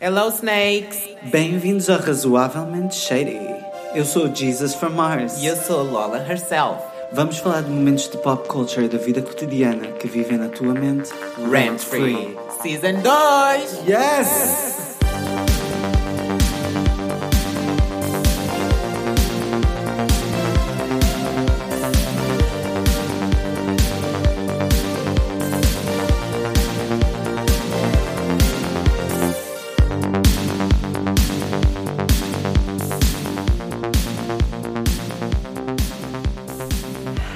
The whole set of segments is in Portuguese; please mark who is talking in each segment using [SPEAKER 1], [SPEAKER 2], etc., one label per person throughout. [SPEAKER 1] Hello, Snakes!
[SPEAKER 2] Bem-vindos a Razoavelmente Shady. Eu sou Jesus from Mars.
[SPEAKER 1] E eu sou a Lola herself.
[SPEAKER 2] Vamos falar de momentos de pop culture e da vida cotidiana que vivem na tua mente
[SPEAKER 1] Rent Free, Season 2!
[SPEAKER 2] Yes!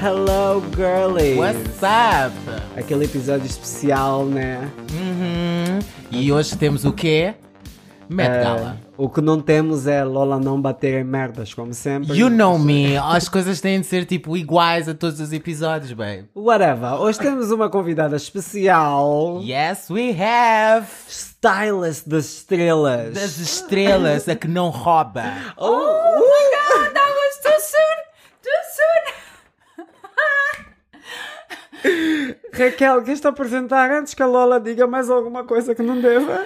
[SPEAKER 3] Hello, girlies!
[SPEAKER 1] What's up?
[SPEAKER 3] Aquele episódio especial, né?
[SPEAKER 1] Uhum. E hoje temos o quê? Met Gala.
[SPEAKER 3] O que não temos é Lola não bater em merdas, como sempre.
[SPEAKER 1] You know me, as coisas têm de ser tipo iguais a todos os episódios, babe.
[SPEAKER 3] Whatever. Hoje temos uma convidada
[SPEAKER 1] Oh.
[SPEAKER 3] especial.
[SPEAKER 1] Yes, we have!
[SPEAKER 3] Stylist das estrelas.
[SPEAKER 1] Das estrelas, a que não rouba.
[SPEAKER 3] Oh, uh,
[SPEAKER 4] Oh, that was too soon! Too soon!
[SPEAKER 3] Raquel, queres te apresentar antes que a Lola diga mais alguma coisa que não deva?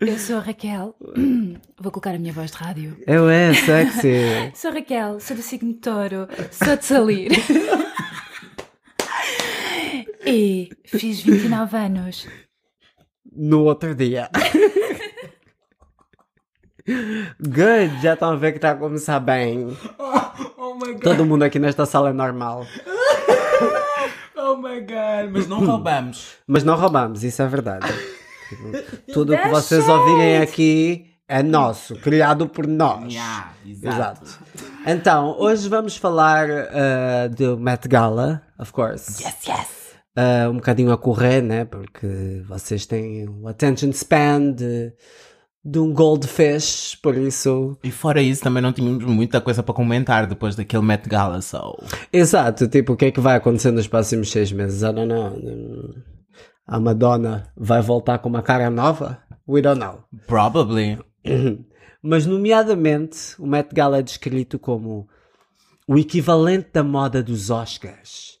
[SPEAKER 4] Eu sou a Raquel. Vou colocar a minha voz de rádio.
[SPEAKER 3] Eu é sexy.
[SPEAKER 4] Sou a Raquel, sou do signo de touro, sou de salir. E fiz 29 anos.
[SPEAKER 3] No outro dia. Good, já estão a ver que está a começar bem.
[SPEAKER 1] Oh my god,
[SPEAKER 3] Todo mundo aqui nesta sala é normal.
[SPEAKER 1] oh my god. Mas não roubamos.
[SPEAKER 3] Mas não roubamos, isso é verdade. Tipo, Tudo o que vocês ouvirem aqui é nosso, criado por nós.
[SPEAKER 1] Yeah, exato.
[SPEAKER 3] Exato. Então, hoje vamos falar eh, do Met Gala, of course.
[SPEAKER 1] Yes, yes.
[SPEAKER 3] Eh, um bocadinho a correr, né? Porque vocês têm o attention span de, de um goldfish, por isso.
[SPEAKER 1] E fora isso, também não tínhamos muita coisa para comentar depois daquele Met Gala, so...
[SPEAKER 3] Exato, tipo, o que é que vai acontecer nos próximos seis meses? Ah, I don't know. Hum, A Madonna vai voltar com uma cara nova? We don't know.
[SPEAKER 1] Probably.
[SPEAKER 3] Mas, nomeadamente, o Met Gala é descrito como o equivalente da moda dos Oscars.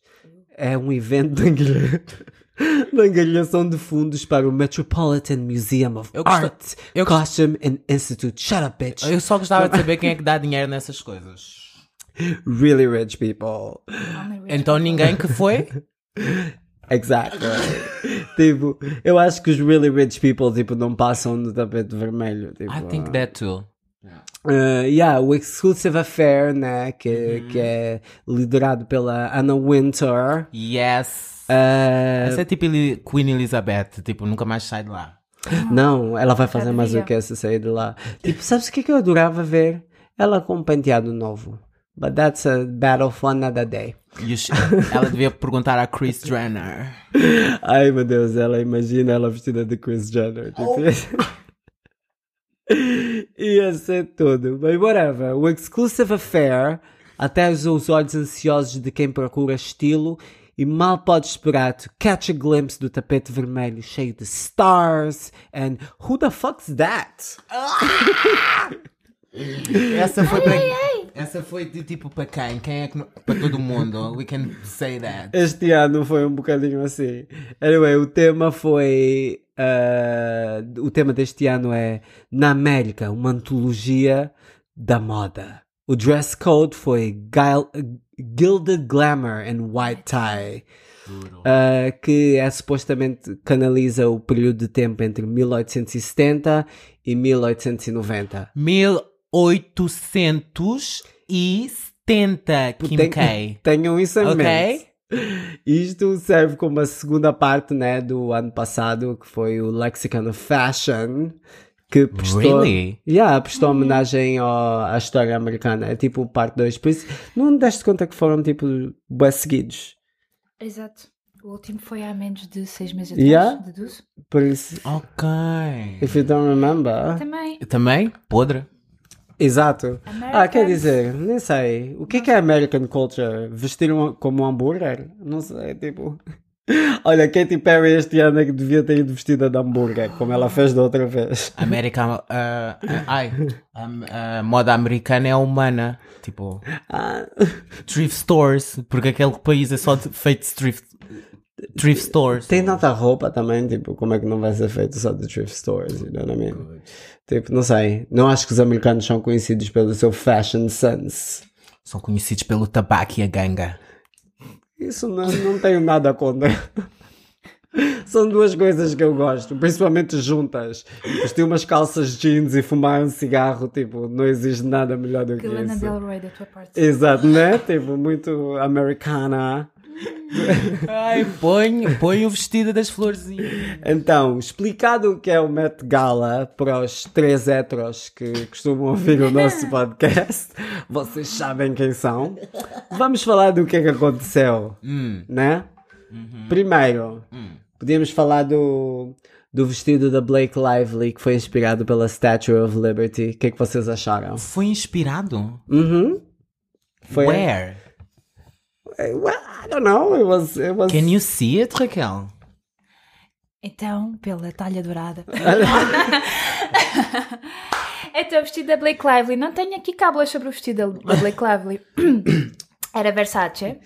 [SPEAKER 3] É um evento de angariação, de angariação de fundos para o Metropolitan Museum of
[SPEAKER 1] Eu gosto-
[SPEAKER 3] Art,
[SPEAKER 1] eu gosto-
[SPEAKER 3] Costume and Institute. Shut up, bitch.
[SPEAKER 1] Eu só gostava de saber quem é que dá dinheiro nessas coisas.
[SPEAKER 3] Really rich people.
[SPEAKER 1] Então ninguém que foi?
[SPEAKER 3] Exactly. tipo, eu acho que os really rich people, tipo, não passam do tapete vermelho. Tipo,
[SPEAKER 1] I think that too.
[SPEAKER 3] Uh, yeah, o Exclusive Affair, né, que,
[SPEAKER 1] Uhum.
[SPEAKER 3] que é liderado pela Anna Wintour.
[SPEAKER 1] Yes.
[SPEAKER 3] Uh,
[SPEAKER 1] Essa é tipo Eli- Queen Elizabeth, tipo, nunca mais sai de lá.
[SPEAKER 3] não, ela vai fazer mais o
[SPEAKER 4] devia.
[SPEAKER 3] que essa sair de lá. Tipo, sabes o que, que eu adorava ver? Ela com um penteado novo. But that's a battle for another day.
[SPEAKER 1] E os- Ela devia perguntar a Chris Jenner.
[SPEAKER 3] Ai meu Deus, ela imagina ela vestida de Chris Jenner. tipo. Ia ser tudo. Mas whatever. O Exclusive Affair até os olhos ansiosos de quem procura estilo e mal pode esperar to catch a glimpse do tapete vermelho cheio de stars and who the fuck's that?
[SPEAKER 1] Essa foi para Essa foi de tipo para quem? Quem é que não- para todo mundo? We can say that.
[SPEAKER 3] Este ano foi um bocadinho assim. Anyway, o tema foi. ah, o tema deste ano é Na América, uma antologia da moda. O dress code foi guil- Gilded Glamour and White Tie, ah, que é supostamente canaliza o período de tempo entre 1870 e 1890.
[SPEAKER 1] 1870 Kim K.
[SPEAKER 3] Tenham isso em
[SPEAKER 1] Ok.
[SPEAKER 3] mente. Isto serve como a segunda parte né, do ano passado, que foi o Lexicon of Fashion, que prestou,
[SPEAKER 1] Really?
[SPEAKER 3] yeah, prestou homenagem ao- à história americana. É tipo parte 2. Por isso, não deste conta que foram tipo bué seguidos.
[SPEAKER 4] Exato. O último foi há menos de 6 meses atrás,
[SPEAKER 3] atrás, Yeah.
[SPEAKER 4] deduzo.
[SPEAKER 3] Por isso,
[SPEAKER 1] Ok.
[SPEAKER 3] if you don't remember.
[SPEAKER 4] Também.
[SPEAKER 1] Também? Podre?
[SPEAKER 3] Exato. Ah, quer
[SPEAKER 4] Americans.
[SPEAKER 3] dizer, nem sei. O que é que é American culture? Vestir um- como um hambúrguer? Não sei, tipo. Olha, Katy Perry este ano é que devia ter ido vestida de hambúrguer, como ela fez da outra vez.
[SPEAKER 1] América. ah, ah, ai. A, a moda americana é humana. Tipo.
[SPEAKER 3] Ah,
[SPEAKER 1] Thrift stores. Porque aquele país é só de, feito de thrift. Thrift stores.
[SPEAKER 3] Tem tanta roupa também, tipo, como é que não vai ser feito só de thrift stores, you know what I mean? Tipo, não sei. Não acho que os americanos são conhecidos pelo seu fashion sense.
[SPEAKER 1] São conhecidos pelo tabaco e a ganga.
[SPEAKER 3] Isso não, não tenho nada contra. São duas coisas que eu gosto, principalmente juntas. Vestir umas calças jeans e fumar um cigarro, tipo, não existe nada melhor do que,
[SPEAKER 4] Que Lana
[SPEAKER 3] isso.
[SPEAKER 4] Del Rey da tua parte.
[SPEAKER 3] Exato, né? Tipo, muito americana.
[SPEAKER 1] Ai, põe, põe o vestido das florzinhas.
[SPEAKER 3] Então, explicado o que é o Met Gala para os três heteros que costumam ouvir o nosso podcast, vocês sabem quem são. Vamos falar do que é que aconteceu, né? Primeiro, podíamos falar do, do vestido da Blake Lively que foi inspirado pela Statue of Liberty. O que é que vocês acharam?
[SPEAKER 1] Foi inspirado?
[SPEAKER 3] Uhum. Foi.
[SPEAKER 1] Where?
[SPEAKER 3] Well, I don't know. It was. It was...
[SPEAKER 1] Can you see it, Raquel?
[SPEAKER 4] Então, pela talha dourada. então, o vestido da Blake Lively. Não tenho aqui cábulas sobre o vestido da Blake Lively. Era Versace.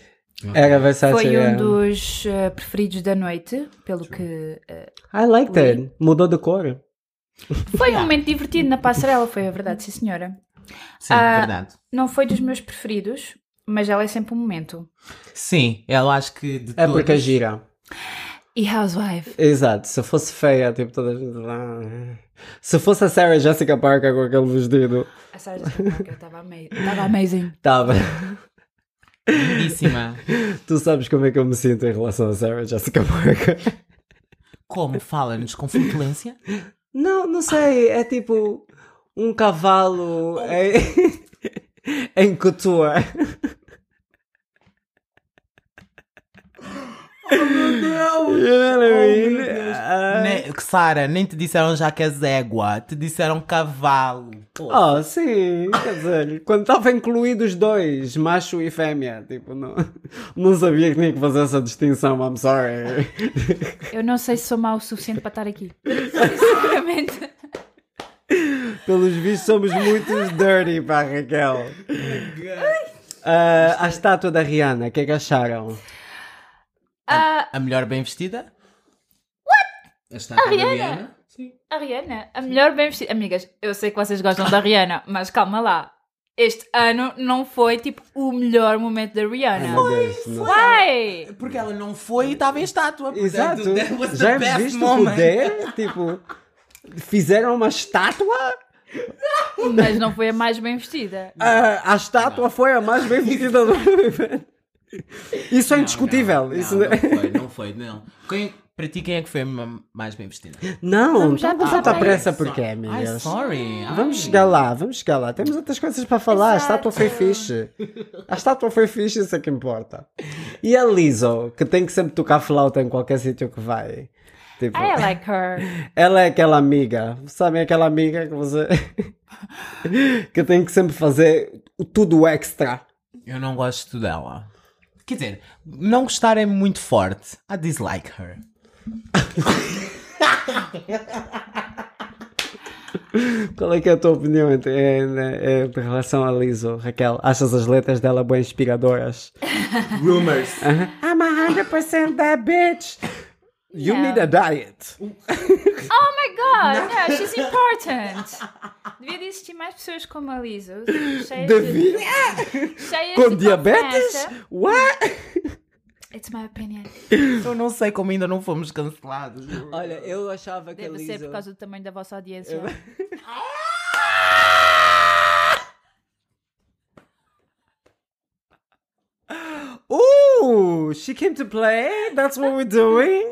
[SPEAKER 3] Era Versace.
[SPEAKER 4] Foi um
[SPEAKER 3] yeah.
[SPEAKER 4] dos eh, preferidos da noite, pelo que. eh,
[SPEAKER 3] I liked it. Mudou de cor. É
[SPEAKER 4] foi um momento divertido na passarela, foi a verdade, sim senhora.
[SPEAKER 1] Sim,
[SPEAKER 4] Ah.
[SPEAKER 1] verdade.
[SPEAKER 4] Não foi dos meus preferidos, mas ela é sempre um momento.
[SPEAKER 1] Sim, eu acho que de
[SPEAKER 3] É
[SPEAKER 1] todos-
[SPEAKER 3] porque gira.
[SPEAKER 4] E Housewife.
[SPEAKER 3] Exato, se eu fosse feia, tipo, toda a gente lá. Se fosse a Sarah Jessica Parker com aquele vestido,
[SPEAKER 4] A Ah, Sarah Jessica Parker estava ama- estava amazing.
[SPEAKER 3] tava.
[SPEAKER 1] Lindíssima.
[SPEAKER 3] Tu sabes como é que eu me sinto em relação a Sarah Jessica Parker?
[SPEAKER 1] Como? Fala-nos com flutuância?
[SPEAKER 3] Não, não sei, é tipo um cavalo em, em couture. Oh meu Deus! You know what I mean? Ah,
[SPEAKER 1] Ne- Sara, nem te disseram já que és égua, te disseram cavalo. Pô.
[SPEAKER 3] Oh, sim, quer dizer, quando estava incluídos dois, macho e fêmea, tipo, não, não sabia que tinha que fazer essa distinção, I'm sorry.
[SPEAKER 4] Eu não sei se sou mau o suficiente para estar aqui. Sinceramente.
[SPEAKER 3] Pelos vistos, somos muito dirty para a Raquel.
[SPEAKER 1] Oh
[SPEAKER 3] Ah, a estátua da Rihanna, o que é que acharam?
[SPEAKER 4] Ah,
[SPEAKER 1] A melhor bem vestida? What? A estátua da
[SPEAKER 4] Rihanna?
[SPEAKER 1] Rihanna? Sim.
[SPEAKER 4] a Rihanna, a melhor bem vestida. Amigas, eu sei que vocês gostam da Rihanna, mas calma lá. Este ano não foi tipo o melhor momento da Rihanna.
[SPEAKER 3] Meu Deus, não-
[SPEAKER 4] Uai!
[SPEAKER 1] Porque ela não foi e estava em estátua.
[SPEAKER 3] Exato,
[SPEAKER 1] portanto, that was the
[SPEAKER 3] já
[SPEAKER 1] best
[SPEAKER 3] viste o
[SPEAKER 1] moment.
[SPEAKER 3] poder? Tipo, fizeram uma estátua?
[SPEAKER 4] Mas não foi a mais bem vestida.
[SPEAKER 3] Ah, a estátua foi a mais bem vestida do evento. Isso é indiscutível.
[SPEAKER 1] Não,
[SPEAKER 3] isso
[SPEAKER 1] não,
[SPEAKER 3] não- é
[SPEAKER 1] não foi, não foi, não. Quem, para ti, quem é que foi a ma- mais bem vestida?
[SPEAKER 3] Não,
[SPEAKER 4] Vamos já
[SPEAKER 3] estamos a
[SPEAKER 4] passar
[SPEAKER 3] dar
[SPEAKER 4] para
[SPEAKER 3] pressa
[SPEAKER 1] isso.
[SPEAKER 3] porque,
[SPEAKER 1] Ai,
[SPEAKER 3] amigas.
[SPEAKER 1] sorry. Ai.
[SPEAKER 3] Vamos chegar lá, vamos chegar lá. Temos outras coisas para falar. A estátua foi
[SPEAKER 4] Exato.
[SPEAKER 3] fixe. A estátua foi fixe, isso é que importa. E a Lizzo, que tem que sempre tocar flauta em qualquer sítio que vai. Tipo,
[SPEAKER 4] I like her.
[SPEAKER 3] ela é aquela amiga, sabem aquela amiga que você. que tem que sempre fazer tudo extra.
[SPEAKER 1] Eu não gosto dela. Quer dizer, não gostar é muito forte. I dislike her.
[SPEAKER 3] Qual é que é a tua opinião entre, em, em- em relação à Lizzo, Raquel? Achas as letras dela bem inspiradoras?
[SPEAKER 1] Rumors.
[SPEAKER 3] Aham. I'm a 100% that bitch. You
[SPEAKER 4] Yeah.
[SPEAKER 3] need a diet.
[SPEAKER 4] Oh my god, yeah, she's important. Devia de existir mais pessoas como a Lizzo. Cheias
[SPEAKER 3] Devia?
[SPEAKER 4] de, cheias
[SPEAKER 3] Com
[SPEAKER 4] tipo de
[SPEAKER 3] diabetes?
[SPEAKER 4] confiança.
[SPEAKER 3] What?
[SPEAKER 4] It's my opinion.
[SPEAKER 1] Eu não sei como ainda não fomos cancelados.
[SPEAKER 3] Olha, eu achava que
[SPEAKER 4] Deve ser por causa do tamanho da vossa audiência.
[SPEAKER 3] Ooh, she came to play? That's what we're doing?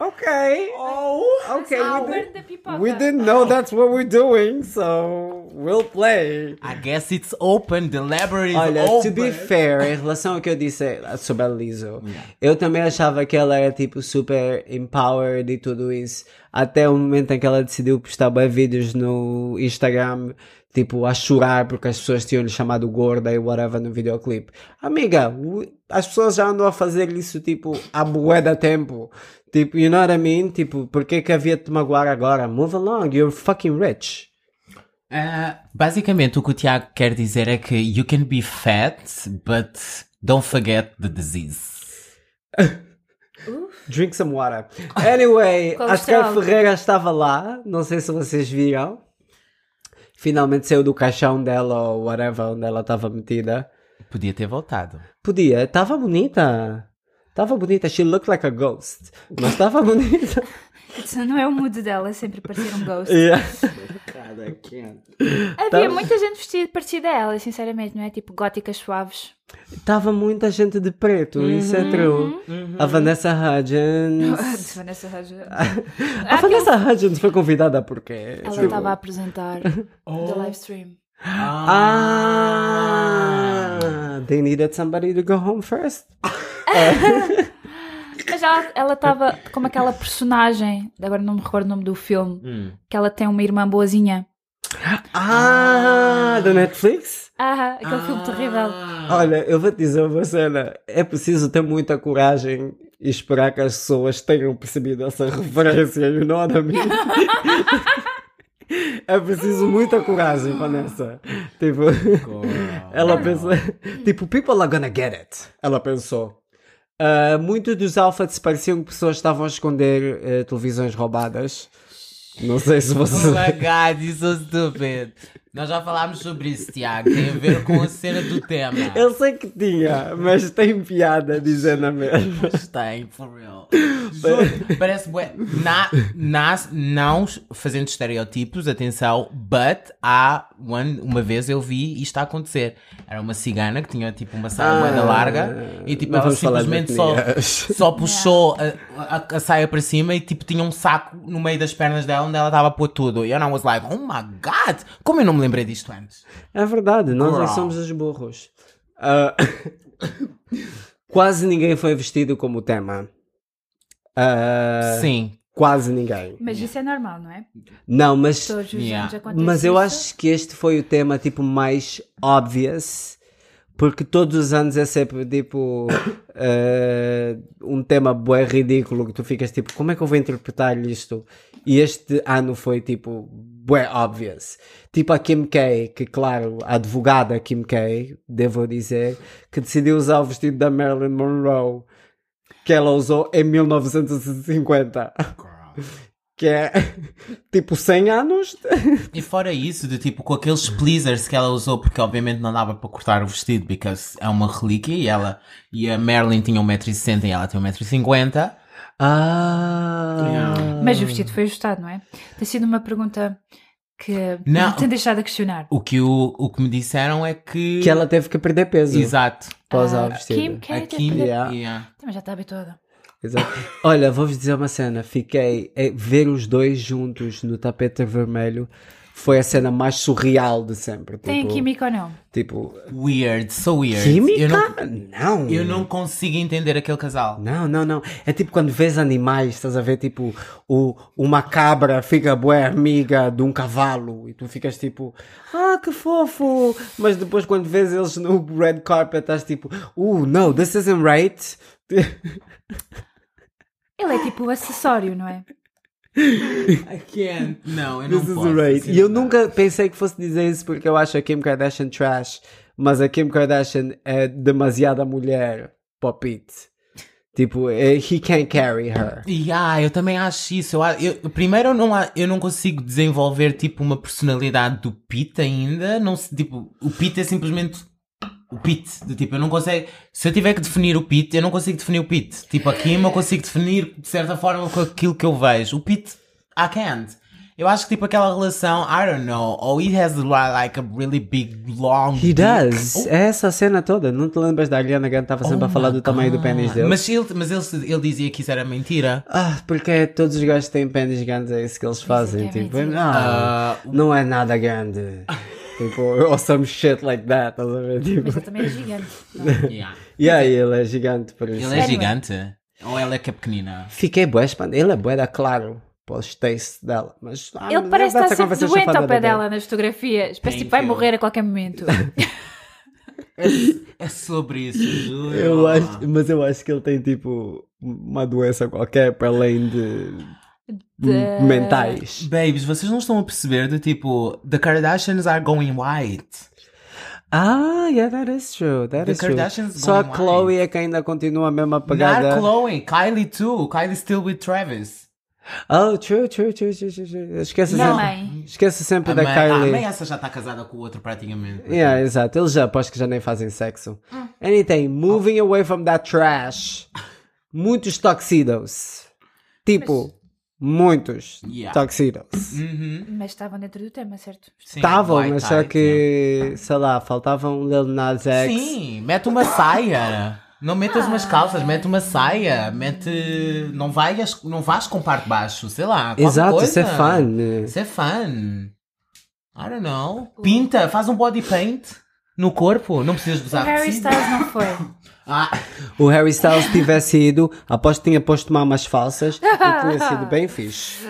[SPEAKER 3] Okay. Oh, okay. We,
[SPEAKER 4] Albert
[SPEAKER 3] did,
[SPEAKER 4] Ah, da pipoca.
[SPEAKER 3] we didn't know that's what we're doing, so we'll play.
[SPEAKER 1] I guess it's open, the library is
[SPEAKER 3] Olha, to
[SPEAKER 1] open.
[SPEAKER 3] be fair, em relação ao que eu disse eh, sobre a Lizzo, eu também achava que ela era tipo super empowered e tudo isso. Até o momento em que ela decidiu postar bem vídeos no Instagram, tipo a chorar porque as pessoas tinham lhe chamado gorda e whatever no videoclipe. Amiga, o- as pessoas já andam a fazer isso tipo há bué da tempo. Tipo, you know what I mean? Tipo, por que que havia de te magoar agora? Move along, you're fucking rich.
[SPEAKER 1] Ah, basicamente, o que o Tiago quer dizer é que you can be fat, but don't forget the disease.
[SPEAKER 3] Drink some water. Anyway,
[SPEAKER 4] Colesterol.
[SPEAKER 3] Ascar Ferreira estava lá, não sei se vocês viram. Finalmente saiu do caixão dela ou whatever onde ela estava metida.
[SPEAKER 1] Podia ter voltado.
[SPEAKER 3] Podia, estava bonita. Estava bonita, she looked like a ghost. Mas estava bonita.
[SPEAKER 4] Isso não é o mood dela, sempre parecer um ghost.
[SPEAKER 3] Yeah.
[SPEAKER 4] Havia
[SPEAKER 3] Tá.
[SPEAKER 4] muita gente vestida parecida a ela, sinceramente, não é? Tipo góticas suaves.
[SPEAKER 3] Tava muita gente de preto, isso é true. A Vanessa Hudgens.
[SPEAKER 4] Vanessa Hudgens.
[SPEAKER 3] A Ah, Vanessa Hudgens foi convidada porque. tipo,
[SPEAKER 4] Ela estava a apresentar the live stream.
[SPEAKER 3] Ah! They needed somebody to go home first.
[SPEAKER 4] Mas ela- ela estava como aquela personagem, agora não me recordo o nome do filme,
[SPEAKER 3] Hum.
[SPEAKER 4] que ela tem uma irmã boazinha.
[SPEAKER 3] Ah! Da Netflix?
[SPEAKER 4] Ah, aquele filme terrível.
[SPEAKER 3] Olha, eu vou te dizer uma cena. É preciso ter muita coragem e esperar que as pessoas tenham percebido essa referência, you know what I mean? É preciso muita coragem, Vanessa. Tipo,
[SPEAKER 1] oh
[SPEAKER 3] ela pensa. Tipo, people are gonna get it. Ela pensou. Ah, muitos dos alfas pareciam que pessoas estavam a esconder eh, televisões roubadas. Não sei se
[SPEAKER 1] Oh
[SPEAKER 3] vocês.
[SPEAKER 1] my god, you're so stupid. Nós já falámos sobre isso, Tiago. Tem a ver com a cena do tema.
[SPEAKER 3] Eu sei que tinha, mas tem piada dizendo a mesma.
[SPEAKER 1] Tem, for real. Juro, Parece bué. Na, nas- não s- fazendo estereotipos, atenção, but há one- uma vez eu vi isto a acontecer. Era uma cigana que tinha tipo uma saia moeda larga e tipo
[SPEAKER 3] Ah,
[SPEAKER 1] ela
[SPEAKER 3] não vamos falar de
[SPEAKER 1] simplesmente só,
[SPEAKER 3] etnias.
[SPEAKER 1] só puxou a, a- a saia para cima e tipo tinha um saco no meio das pernas dela onde ela estava a pôr tudo. E eu não was like, oh my god, como eu não me lembrei disto antes?
[SPEAKER 3] É verdade, nós é que
[SPEAKER 1] Girl.
[SPEAKER 3] somos os burros. Ah, quase ninguém foi vestido como tema. Ah,
[SPEAKER 1] Sim.
[SPEAKER 3] quase ninguém.
[SPEAKER 4] Mas isso é normal, não é?
[SPEAKER 3] Não, mas,
[SPEAKER 4] Todos os
[SPEAKER 1] Yeah.
[SPEAKER 4] anos acontece
[SPEAKER 3] mas eu
[SPEAKER 4] isso.
[SPEAKER 3] acho que este foi o tema tipo mais obvious. Porque todos os anos é sempre tipo ah, um tema bué ridículo que tu ficas tipo, como é que eu vou interpretar isto? E este ano foi tipo bué obvious. Tipo a Kim K, que claro, a advogada Kim K, devo dizer, que decidiu usar o vestido da Marilyn Monroe que ela usou em 1950. Que é tipo 100 anos.
[SPEAKER 1] E fora isso, de tipo, com aqueles pleasers que ela usou, porque obviamente não dava para cortar o vestido, because é uma relíquia e ela e a Marilyn tinha 1,60m e ela tem 1,50m.
[SPEAKER 3] Ah!
[SPEAKER 4] Mas o vestido foi ajustado, não é? Tem sido uma pergunta que
[SPEAKER 1] Não.
[SPEAKER 4] me tem deixado a questionar.
[SPEAKER 1] O que, o, o que me disseram é que.
[SPEAKER 3] Que ela teve que perder peso.
[SPEAKER 1] Exato.
[SPEAKER 3] Para usar o
[SPEAKER 4] Ah,
[SPEAKER 3] vestido.
[SPEAKER 4] Kim K.
[SPEAKER 1] A Kim.
[SPEAKER 3] Yeah. Tipo-
[SPEAKER 1] yeah.
[SPEAKER 4] Também já está habituada.
[SPEAKER 3] Exato. Olha, vou-vos dizer uma cena. Fiquei. é, ver os dois juntos no tapete vermelho foi a cena mais surreal de sempre. Tipo,
[SPEAKER 4] Tem química ou não?
[SPEAKER 3] Tipo,
[SPEAKER 1] Weird, so weird. Eu não,
[SPEAKER 3] química? não.
[SPEAKER 1] eu não consigo entender aquele casal.
[SPEAKER 3] Não, não, não. É tipo quando vês animais, estás a ver, tipo, o, uma cabra fica boa amiga de um cavalo e tu ficas tipo, ah, que fofo. Mas depois quando vês eles no red carpet, estás tipo, uh, no, this isn't right.
[SPEAKER 4] Ele é tipo o acessório, não é?
[SPEAKER 1] I can't. Não, eu não
[SPEAKER 3] This
[SPEAKER 1] posso.
[SPEAKER 3] isn't right.
[SPEAKER 1] assim,
[SPEAKER 3] E eu
[SPEAKER 1] não.
[SPEAKER 3] nunca pensei que fosse dizer isso porque eu acho a Kim Kardashian trash, mas a Kim Kardashian é demasiada mulher para o Pete. Tipo, eh, he can't carry her.
[SPEAKER 1] Yeah, ah, eu também acho isso. Eu, a- eu- primeiro, eu não, a- eu não consigo desenvolver tipo uma personalidade do Pete ainda. Não se, tipo, o Pete é simplesmente o Pete. Do tipo, eu não consigo. Se eu tiver que definir o Pete, eu não consigo definir o Pete. Tipo, a Kim eu consigo definir de certa forma com aquilo que eu vejo. O Pete, I can't. Eu acho que tipo aquela relação, I don't know, ou he has li- like a really big long.
[SPEAKER 3] He
[SPEAKER 1] dick. Oh,
[SPEAKER 3] does. É essa cena toda. Não te lembras da Ariana Grande estava sempre a falar do tamanho do pênis dele?
[SPEAKER 1] Mas, ele, mas ele, ele dizia que isso era mentira.
[SPEAKER 3] Ah, porque todos os gajos que têm pênis grandes, é isso que eles fazem.
[SPEAKER 4] é
[SPEAKER 3] tipo,
[SPEAKER 4] mentira.
[SPEAKER 3] não,
[SPEAKER 1] Ah,
[SPEAKER 3] não é nada grande. tipo, or some shit like that. Estás a ver? Tipo,
[SPEAKER 4] Mas ele também é gigante. não
[SPEAKER 1] Uh, yeah.
[SPEAKER 3] e aí, ele é gigante por isso.
[SPEAKER 1] Ele é
[SPEAKER 4] Anyway.
[SPEAKER 1] gigante? Ou ela é que é pequenina?
[SPEAKER 3] Fiquei bué espantado. Ele é bué da claro. Para os tastes dela. Mas, ah,
[SPEAKER 4] Ele
[SPEAKER 3] that's
[SPEAKER 4] parece estar
[SPEAKER 3] a
[SPEAKER 4] sempre
[SPEAKER 3] conversation
[SPEAKER 4] doente
[SPEAKER 3] for
[SPEAKER 4] ao pé
[SPEAKER 3] another day.
[SPEAKER 4] dela nas fotografias. Parece tipo vai
[SPEAKER 1] Thank you.
[SPEAKER 4] morrer a qualquer momento.
[SPEAKER 1] É sobre isso, juro.
[SPEAKER 3] Eu acho, mas eu acho que ele tem tipo uma doença qualquer para além de,
[SPEAKER 4] De-
[SPEAKER 3] mentais.
[SPEAKER 1] Babes, vocês não estão a perceber do tipo, the Kardashians are going white.
[SPEAKER 3] Ah, yeah, that is true. That
[SPEAKER 1] The
[SPEAKER 3] is true.
[SPEAKER 1] Kardashians
[SPEAKER 3] Só
[SPEAKER 1] going
[SPEAKER 3] a Chloe é que ainda continua a mesma pegada.
[SPEAKER 1] Not Chloe, Kylie too. Kylie still with Travis.
[SPEAKER 3] Oh, true, true, true, true, true. true. Esquece,
[SPEAKER 4] Não.
[SPEAKER 3] sempre,
[SPEAKER 4] Mãe.
[SPEAKER 3] esquece sempre
[SPEAKER 1] A
[SPEAKER 3] da
[SPEAKER 1] mãe, ah, a
[SPEAKER 3] Kylie.
[SPEAKER 1] mãe essa já está casada com o outro praticamente.
[SPEAKER 3] Yeah, exato. Eles já aposto que já nem fazem sexo.
[SPEAKER 4] Hum.
[SPEAKER 3] Anything. Moving away from that trash. Muitos tuxedos. Tipo, muitos
[SPEAKER 1] Yeah.
[SPEAKER 3] tuxedos.
[SPEAKER 1] Uhum.
[SPEAKER 4] Mas estavam dentro do tema, certo?
[SPEAKER 1] Sim,
[SPEAKER 3] Estavam,
[SPEAKER 1] white
[SPEAKER 3] mas só
[SPEAKER 1] tie,
[SPEAKER 3] que, sei lá, faltavam Lil Nas
[SPEAKER 1] yeah.
[SPEAKER 3] X.
[SPEAKER 1] Sim, mete uma saia. Não metas umas
[SPEAKER 3] Ah.
[SPEAKER 1] calças, mete uma saia, mete. Não vais, não vais com parte baixo, sei lá. qualquer
[SPEAKER 3] Exato,
[SPEAKER 1] coisa.
[SPEAKER 3] isso é fun.
[SPEAKER 1] Isso é fun. I don't know. Pinta, faz um body paint no corpo. Não precisas de
[SPEAKER 4] O
[SPEAKER 1] usar
[SPEAKER 4] Harry
[SPEAKER 1] tecido.
[SPEAKER 4] Styles não foi.
[SPEAKER 1] Ah,
[SPEAKER 3] O Harry Styles tivesse ido, aposto que tinha posto mamas falsas e tinha sido bem fixe.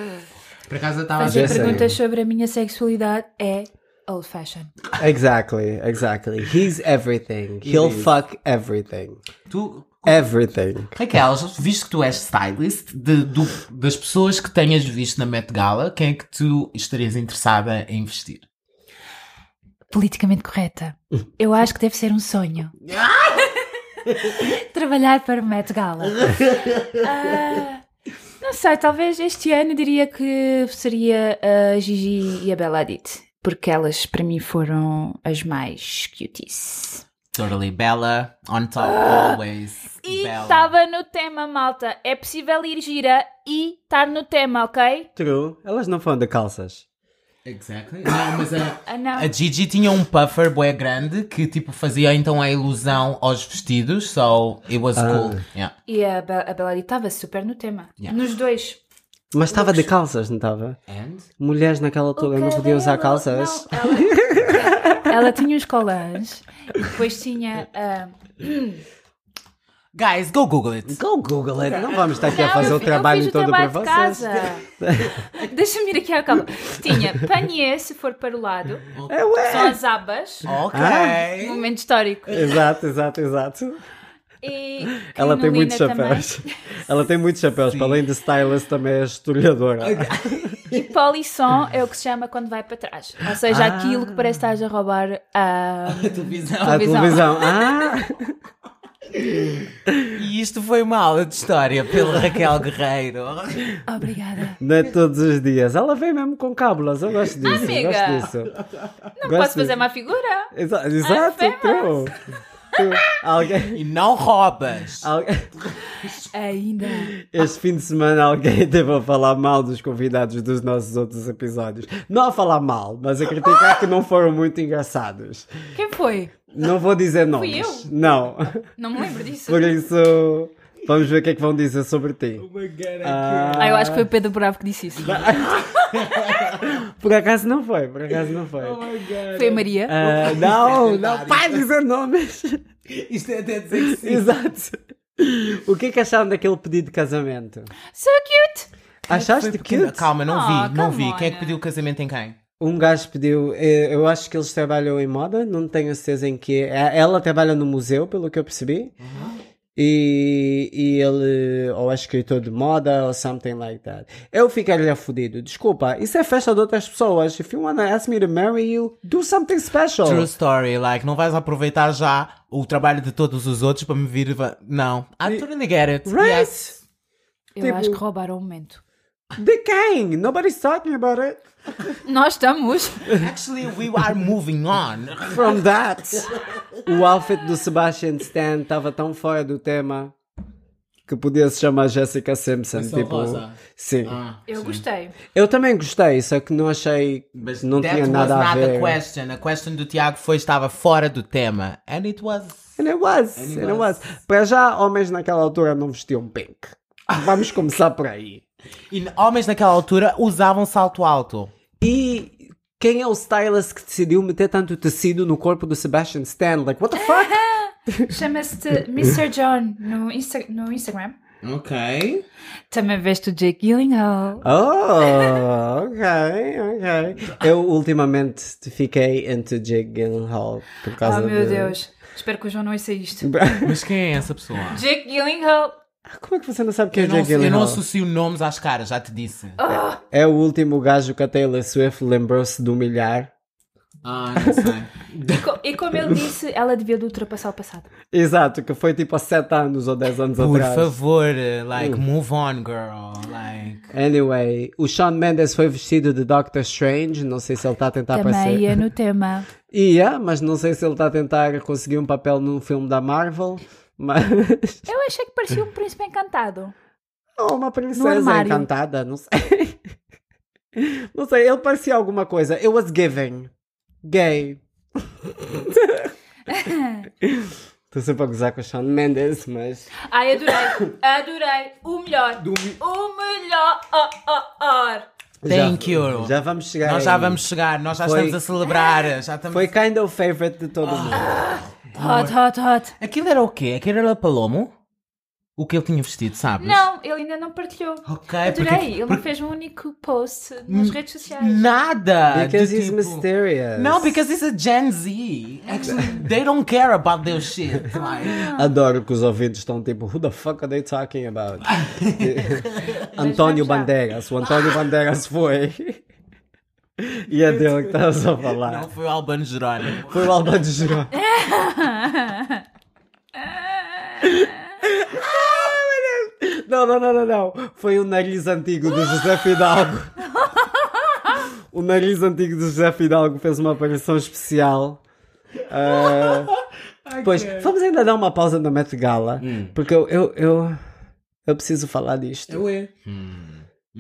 [SPEAKER 1] por acaso eu estava a
[SPEAKER 4] Fazer
[SPEAKER 3] Ah, Já sei.
[SPEAKER 4] perguntas sobre a minha sexualidade é old fashion.
[SPEAKER 3] Exactly, exactly. He's everything.
[SPEAKER 1] He
[SPEAKER 3] He'll
[SPEAKER 1] is.
[SPEAKER 3] fuck everything.
[SPEAKER 1] Tu,
[SPEAKER 3] Everything.
[SPEAKER 1] Raquel, visto que tu és stylist, de- do- das pessoas que tenhas visto na Met Gala, quem é que tu estarias interessada em vestir?
[SPEAKER 4] Politicamente correta. Eu acho que deve ser um sonho. Trabalhar para o Met Gala. Ah, não sei, talvez este ano diria que seria a Gigi e a Bella Hadid. Porque elas, para mim, foram as mais cuties.
[SPEAKER 1] Totally Bella, on top always.
[SPEAKER 4] E
[SPEAKER 1] Bella.
[SPEAKER 4] estava no tema, malta. É possível ir gira e estar no tema, ok?
[SPEAKER 3] True. Elas não foram de calças.
[SPEAKER 1] Exactly. Não, mas a,
[SPEAKER 4] Ah, não.
[SPEAKER 1] a Gigi tinha um puffer bué grande que tipo fazia então a ilusão aos vestidos, so it was cool. Yeah.
[SPEAKER 4] E a, Be a Bella Hadid estava super no tema.
[SPEAKER 1] Yeah.
[SPEAKER 4] Nos dois.
[SPEAKER 3] Mas estava de calças, não estava?
[SPEAKER 1] And?
[SPEAKER 3] Mulheres naquela altura não podiam usar
[SPEAKER 4] cabelo,
[SPEAKER 3] calças.
[SPEAKER 4] não, ela, ela tinha os colãs e depois tinha. ah,
[SPEAKER 1] Guys, go Google it.
[SPEAKER 3] Go Google it. Não vamos estar aqui a
[SPEAKER 4] não,
[SPEAKER 3] fazer
[SPEAKER 4] eu
[SPEAKER 3] o
[SPEAKER 4] fi-
[SPEAKER 3] trabalho
[SPEAKER 4] eu fiz o
[SPEAKER 3] todo
[SPEAKER 4] trabalho
[SPEAKER 3] para
[SPEAKER 4] de
[SPEAKER 3] vocês.
[SPEAKER 4] casa. Deixa-me ir aqui à calma. Tinha panier, se for para o lado,
[SPEAKER 3] É, ué.
[SPEAKER 4] só as abas.
[SPEAKER 3] Ah.
[SPEAKER 1] Ok.
[SPEAKER 4] Momento histórico.
[SPEAKER 3] Exato, exato, exato.
[SPEAKER 4] E
[SPEAKER 3] Ela tem
[SPEAKER 4] crinolina
[SPEAKER 3] muitos
[SPEAKER 4] também.
[SPEAKER 3] chapéus. Ela tem muitos chapéus. Para além de stylist, também é historiadora.
[SPEAKER 4] E polissom é o que se chama quando vai para trás. Ou seja, aquilo que parece que estás a roubar ah, a.
[SPEAKER 1] Televisão.
[SPEAKER 3] À
[SPEAKER 4] televisão.
[SPEAKER 3] televisão. Ah!
[SPEAKER 1] E isto foi uma aula de história pelo Raquel Guerreiro.
[SPEAKER 4] Obrigada.
[SPEAKER 3] Não é todos os dias. Ela vem mesmo com cábulas. Eu gosto disso.
[SPEAKER 4] Amiga,
[SPEAKER 3] gosto disso. Não
[SPEAKER 4] Posso fazer Ah, é má figura?
[SPEAKER 3] Exa exato, tu. Tu. Alguém.
[SPEAKER 1] E não roubas.
[SPEAKER 3] Alguém,
[SPEAKER 4] Ainda.
[SPEAKER 3] este fim de semana alguém teve a falar mal dos convidados dos nossos outros episódios. Não a falar mal, mas a criticar que não foram muito engraçados.
[SPEAKER 4] Quem foi?
[SPEAKER 3] Não vou dizer nomes.
[SPEAKER 4] eu?
[SPEAKER 3] Não.
[SPEAKER 4] Não me lembro disso.
[SPEAKER 3] Por isso, vamos ver o que é que vão dizer sobre ti.
[SPEAKER 4] Ah, eu acho que foi o Pedro Bravo que disse isso.
[SPEAKER 3] Por acaso não foi, por acaso não foi.
[SPEAKER 4] Foi a Maria.
[SPEAKER 3] Ah, não, não, para de dizer nomes.
[SPEAKER 1] Isto é até dizer que sim.
[SPEAKER 3] Exato. O que é que acharam daquele pedido de casamento?
[SPEAKER 4] So cute!
[SPEAKER 3] Achaste
[SPEAKER 1] Foi pequena.
[SPEAKER 3] que é
[SPEAKER 1] Calma, não
[SPEAKER 4] Ah,
[SPEAKER 1] vi, não vi.
[SPEAKER 4] come
[SPEAKER 1] Quem é
[SPEAKER 4] on.
[SPEAKER 1] que pediu o casamento em quem?
[SPEAKER 3] um gajo pediu, eh, eu acho que eles trabalham em moda, não tenho certeza em que. é. Ela trabalha no museu, pelo que eu percebi.
[SPEAKER 1] Uhum.
[SPEAKER 3] E, e ele, ou é escritor de moda, ou something like that. Eu ficaria fodido. Desculpa, isso é festa de outras pessoas. If you wanna ask me to marry you, do something special.
[SPEAKER 1] True story, like, não vais aproveitar já o trabalho de todos os outros para me vir. va- Não. I totally get it.
[SPEAKER 3] Right?
[SPEAKER 1] Yes.
[SPEAKER 4] Eu
[SPEAKER 3] Tipo-
[SPEAKER 4] acho que roubaram o momento.
[SPEAKER 3] De quem? Nobody's talking about it.
[SPEAKER 4] Nós estamos.
[SPEAKER 1] Actually, we are moving on.
[SPEAKER 3] From that. o outfit do Sebastian Stan estava tão fora do tema que podia se chamar Jessica Simpson.
[SPEAKER 1] Versão
[SPEAKER 3] Tipo,
[SPEAKER 1] rosa.
[SPEAKER 3] sim.
[SPEAKER 1] Ah,
[SPEAKER 4] Eu gostei.
[SPEAKER 3] Eu também gostei, só que não achei.
[SPEAKER 1] Mas
[SPEAKER 3] não
[SPEAKER 1] that
[SPEAKER 3] tinha
[SPEAKER 1] was
[SPEAKER 3] nada a
[SPEAKER 1] not
[SPEAKER 3] ver.
[SPEAKER 1] a question. A question do Tiago foi estava fora do tema. And it was.
[SPEAKER 3] And it was, and it was. Para já, homens naquela altura não vestiam pink. Vamos começar por aí.
[SPEAKER 1] E homens naquela altura usavam salto alto.
[SPEAKER 3] E quem é o stylist que decidiu meter tanto tecido no corpo do Sebastian Stan? Like, what the fuck?
[SPEAKER 4] Chama-se Mr. John no, Insta- no Instagram.
[SPEAKER 1] Ok.
[SPEAKER 4] Também veste o Jake Gyllenhaal.
[SPEAKER 3] Oh, ok, ok. Eu ultimamente fiquei entre Jake Gyllenhaal por causa
[SPEAKER 4] Oh meu
[SPEAKER 3] de-
[SPEAKER 4] Deus. Espero que o João não ouça isto.
[SPEAKER 1] Mas quem é essa pessoa?
[SPEAKER 4] Jake Gyllenhaal.
[SPEAKER 3] Como é que você não sabe quem é
[SPEAKER 1] Eu não,
[SPEAKER 3] Jake
[SPEAKER 1] eu não
[SPEAKER 3] Gyllenhaal?
[SPEAKER 1] associo nomes às caras, já te disse.
[SPEAKER 4] Oh!
[SPEAKER 3] É o último gajo que a Taylor Swift lembrou-se de humilhar.
[SPEAKER 1] Ah, não sei.
[SPEAKER 4] E, co- e como ele disse, ela devia de ultrapassar o passado.
[SPEAKER 3] Exato, que foi tipo há 7 anos ou 10 anos
[SPEAKER 1] Por
[SPEAKER 3] atrás. Uh.
[SPEAKER 1] favor, eh, like, move on, girl. Like.
[SPEAKER 3] Anyway, o Shawn Mendes foi vestido de Doctor Strange, não sei se ele está Tá a tentar
[SPEAKER 4] Também
[SPEAKER 3] aparecer.
[SPEAKER 4] é no tema.
[SPEAKER 3] E yeah, mas não sei se ele está a tentar conseguir um papel num filme da Marvel, mas
[SPEAKER 4] Eu achei que parecia um príncipe encantado.
[SPEAKER 3] ou uma princesa
[SPEAKER 4] armário.
[SPEAKER 3] encantada, não sei. Não sei, ele parecia alguma coisa. It was giving. Gay. Estou sempre a gozar com o Shawn Mendes, mas
[SPEAKER 4] Ai, adorei. Adorei. O melhor. O melhor. Oh,
[SPEAKER 1] Thank
[SPEAKER 3] já,
[SPEAKER 1] you.
[SPEAKER 3] Já vamos chegar.
[SPEAKER 1] Nós já
[SPEAKER 3] aí.
[SPEAKER 1] vamos chegar, nós já
[SPEAKER 3] Foi- Ah,
[SPEAKER 1] estamos a celebrar. Já estamos...
[SPEAKER 3] Foi kind of favorite de
[SPEAKER 1] Ah,
[SPEAKER 3] todo mundo.
[SPEAKER 4] Hot, hot, hot.
[SPEAKER 1] Aquilo era o quê? Aquilo era Palomo? O que ele tinha vestido, sabes?
[SPEAKER 4] Não, ele ainda não partilhou.
[SPEAKER 1] Ok,
[SPEAKER 4] Adorei.
[SPEAKER 1] Ah, é porque- Hum.
[SPEAKER 4] Ele não
[SPEAKER 1] porque-
[SPEAKER 4] fez um único post nas redes sociais.
[SPEAKER 1] Nada!
[SPEAKER 3] Because
[SPEAKER 1] do
[SPEAKER 3] he's
[SPEAKER 1] tipo-
[SPEAKER 3] mysterious.
[SPEAKER 1] Não, because it's a Gen Z. Actually, they don't care about their shit. Like.
[SPEAKER 3] Adoro que os ouvintes estão tipo, who the fuck are they talking about? António
[SPEAKER 4] vamos lá.
[SPEAKER 3] Bandeiras. O António Bandeiras foi. E é dele que estás a falar.
[SPEAKER 1] Não foi o Albano Jerónimo.
[SPEAKER 3] Foi o Alba de Giró. Não, não, não, não, não. Foi o nariz antigo do José Fidalgo. O nariz antigo do José Fidalgo fez uma aparição especial. Ah, pois, vamos ainda dar uma pausa na Met Gala, porque eu, eu, eu, eu preciso falar disto.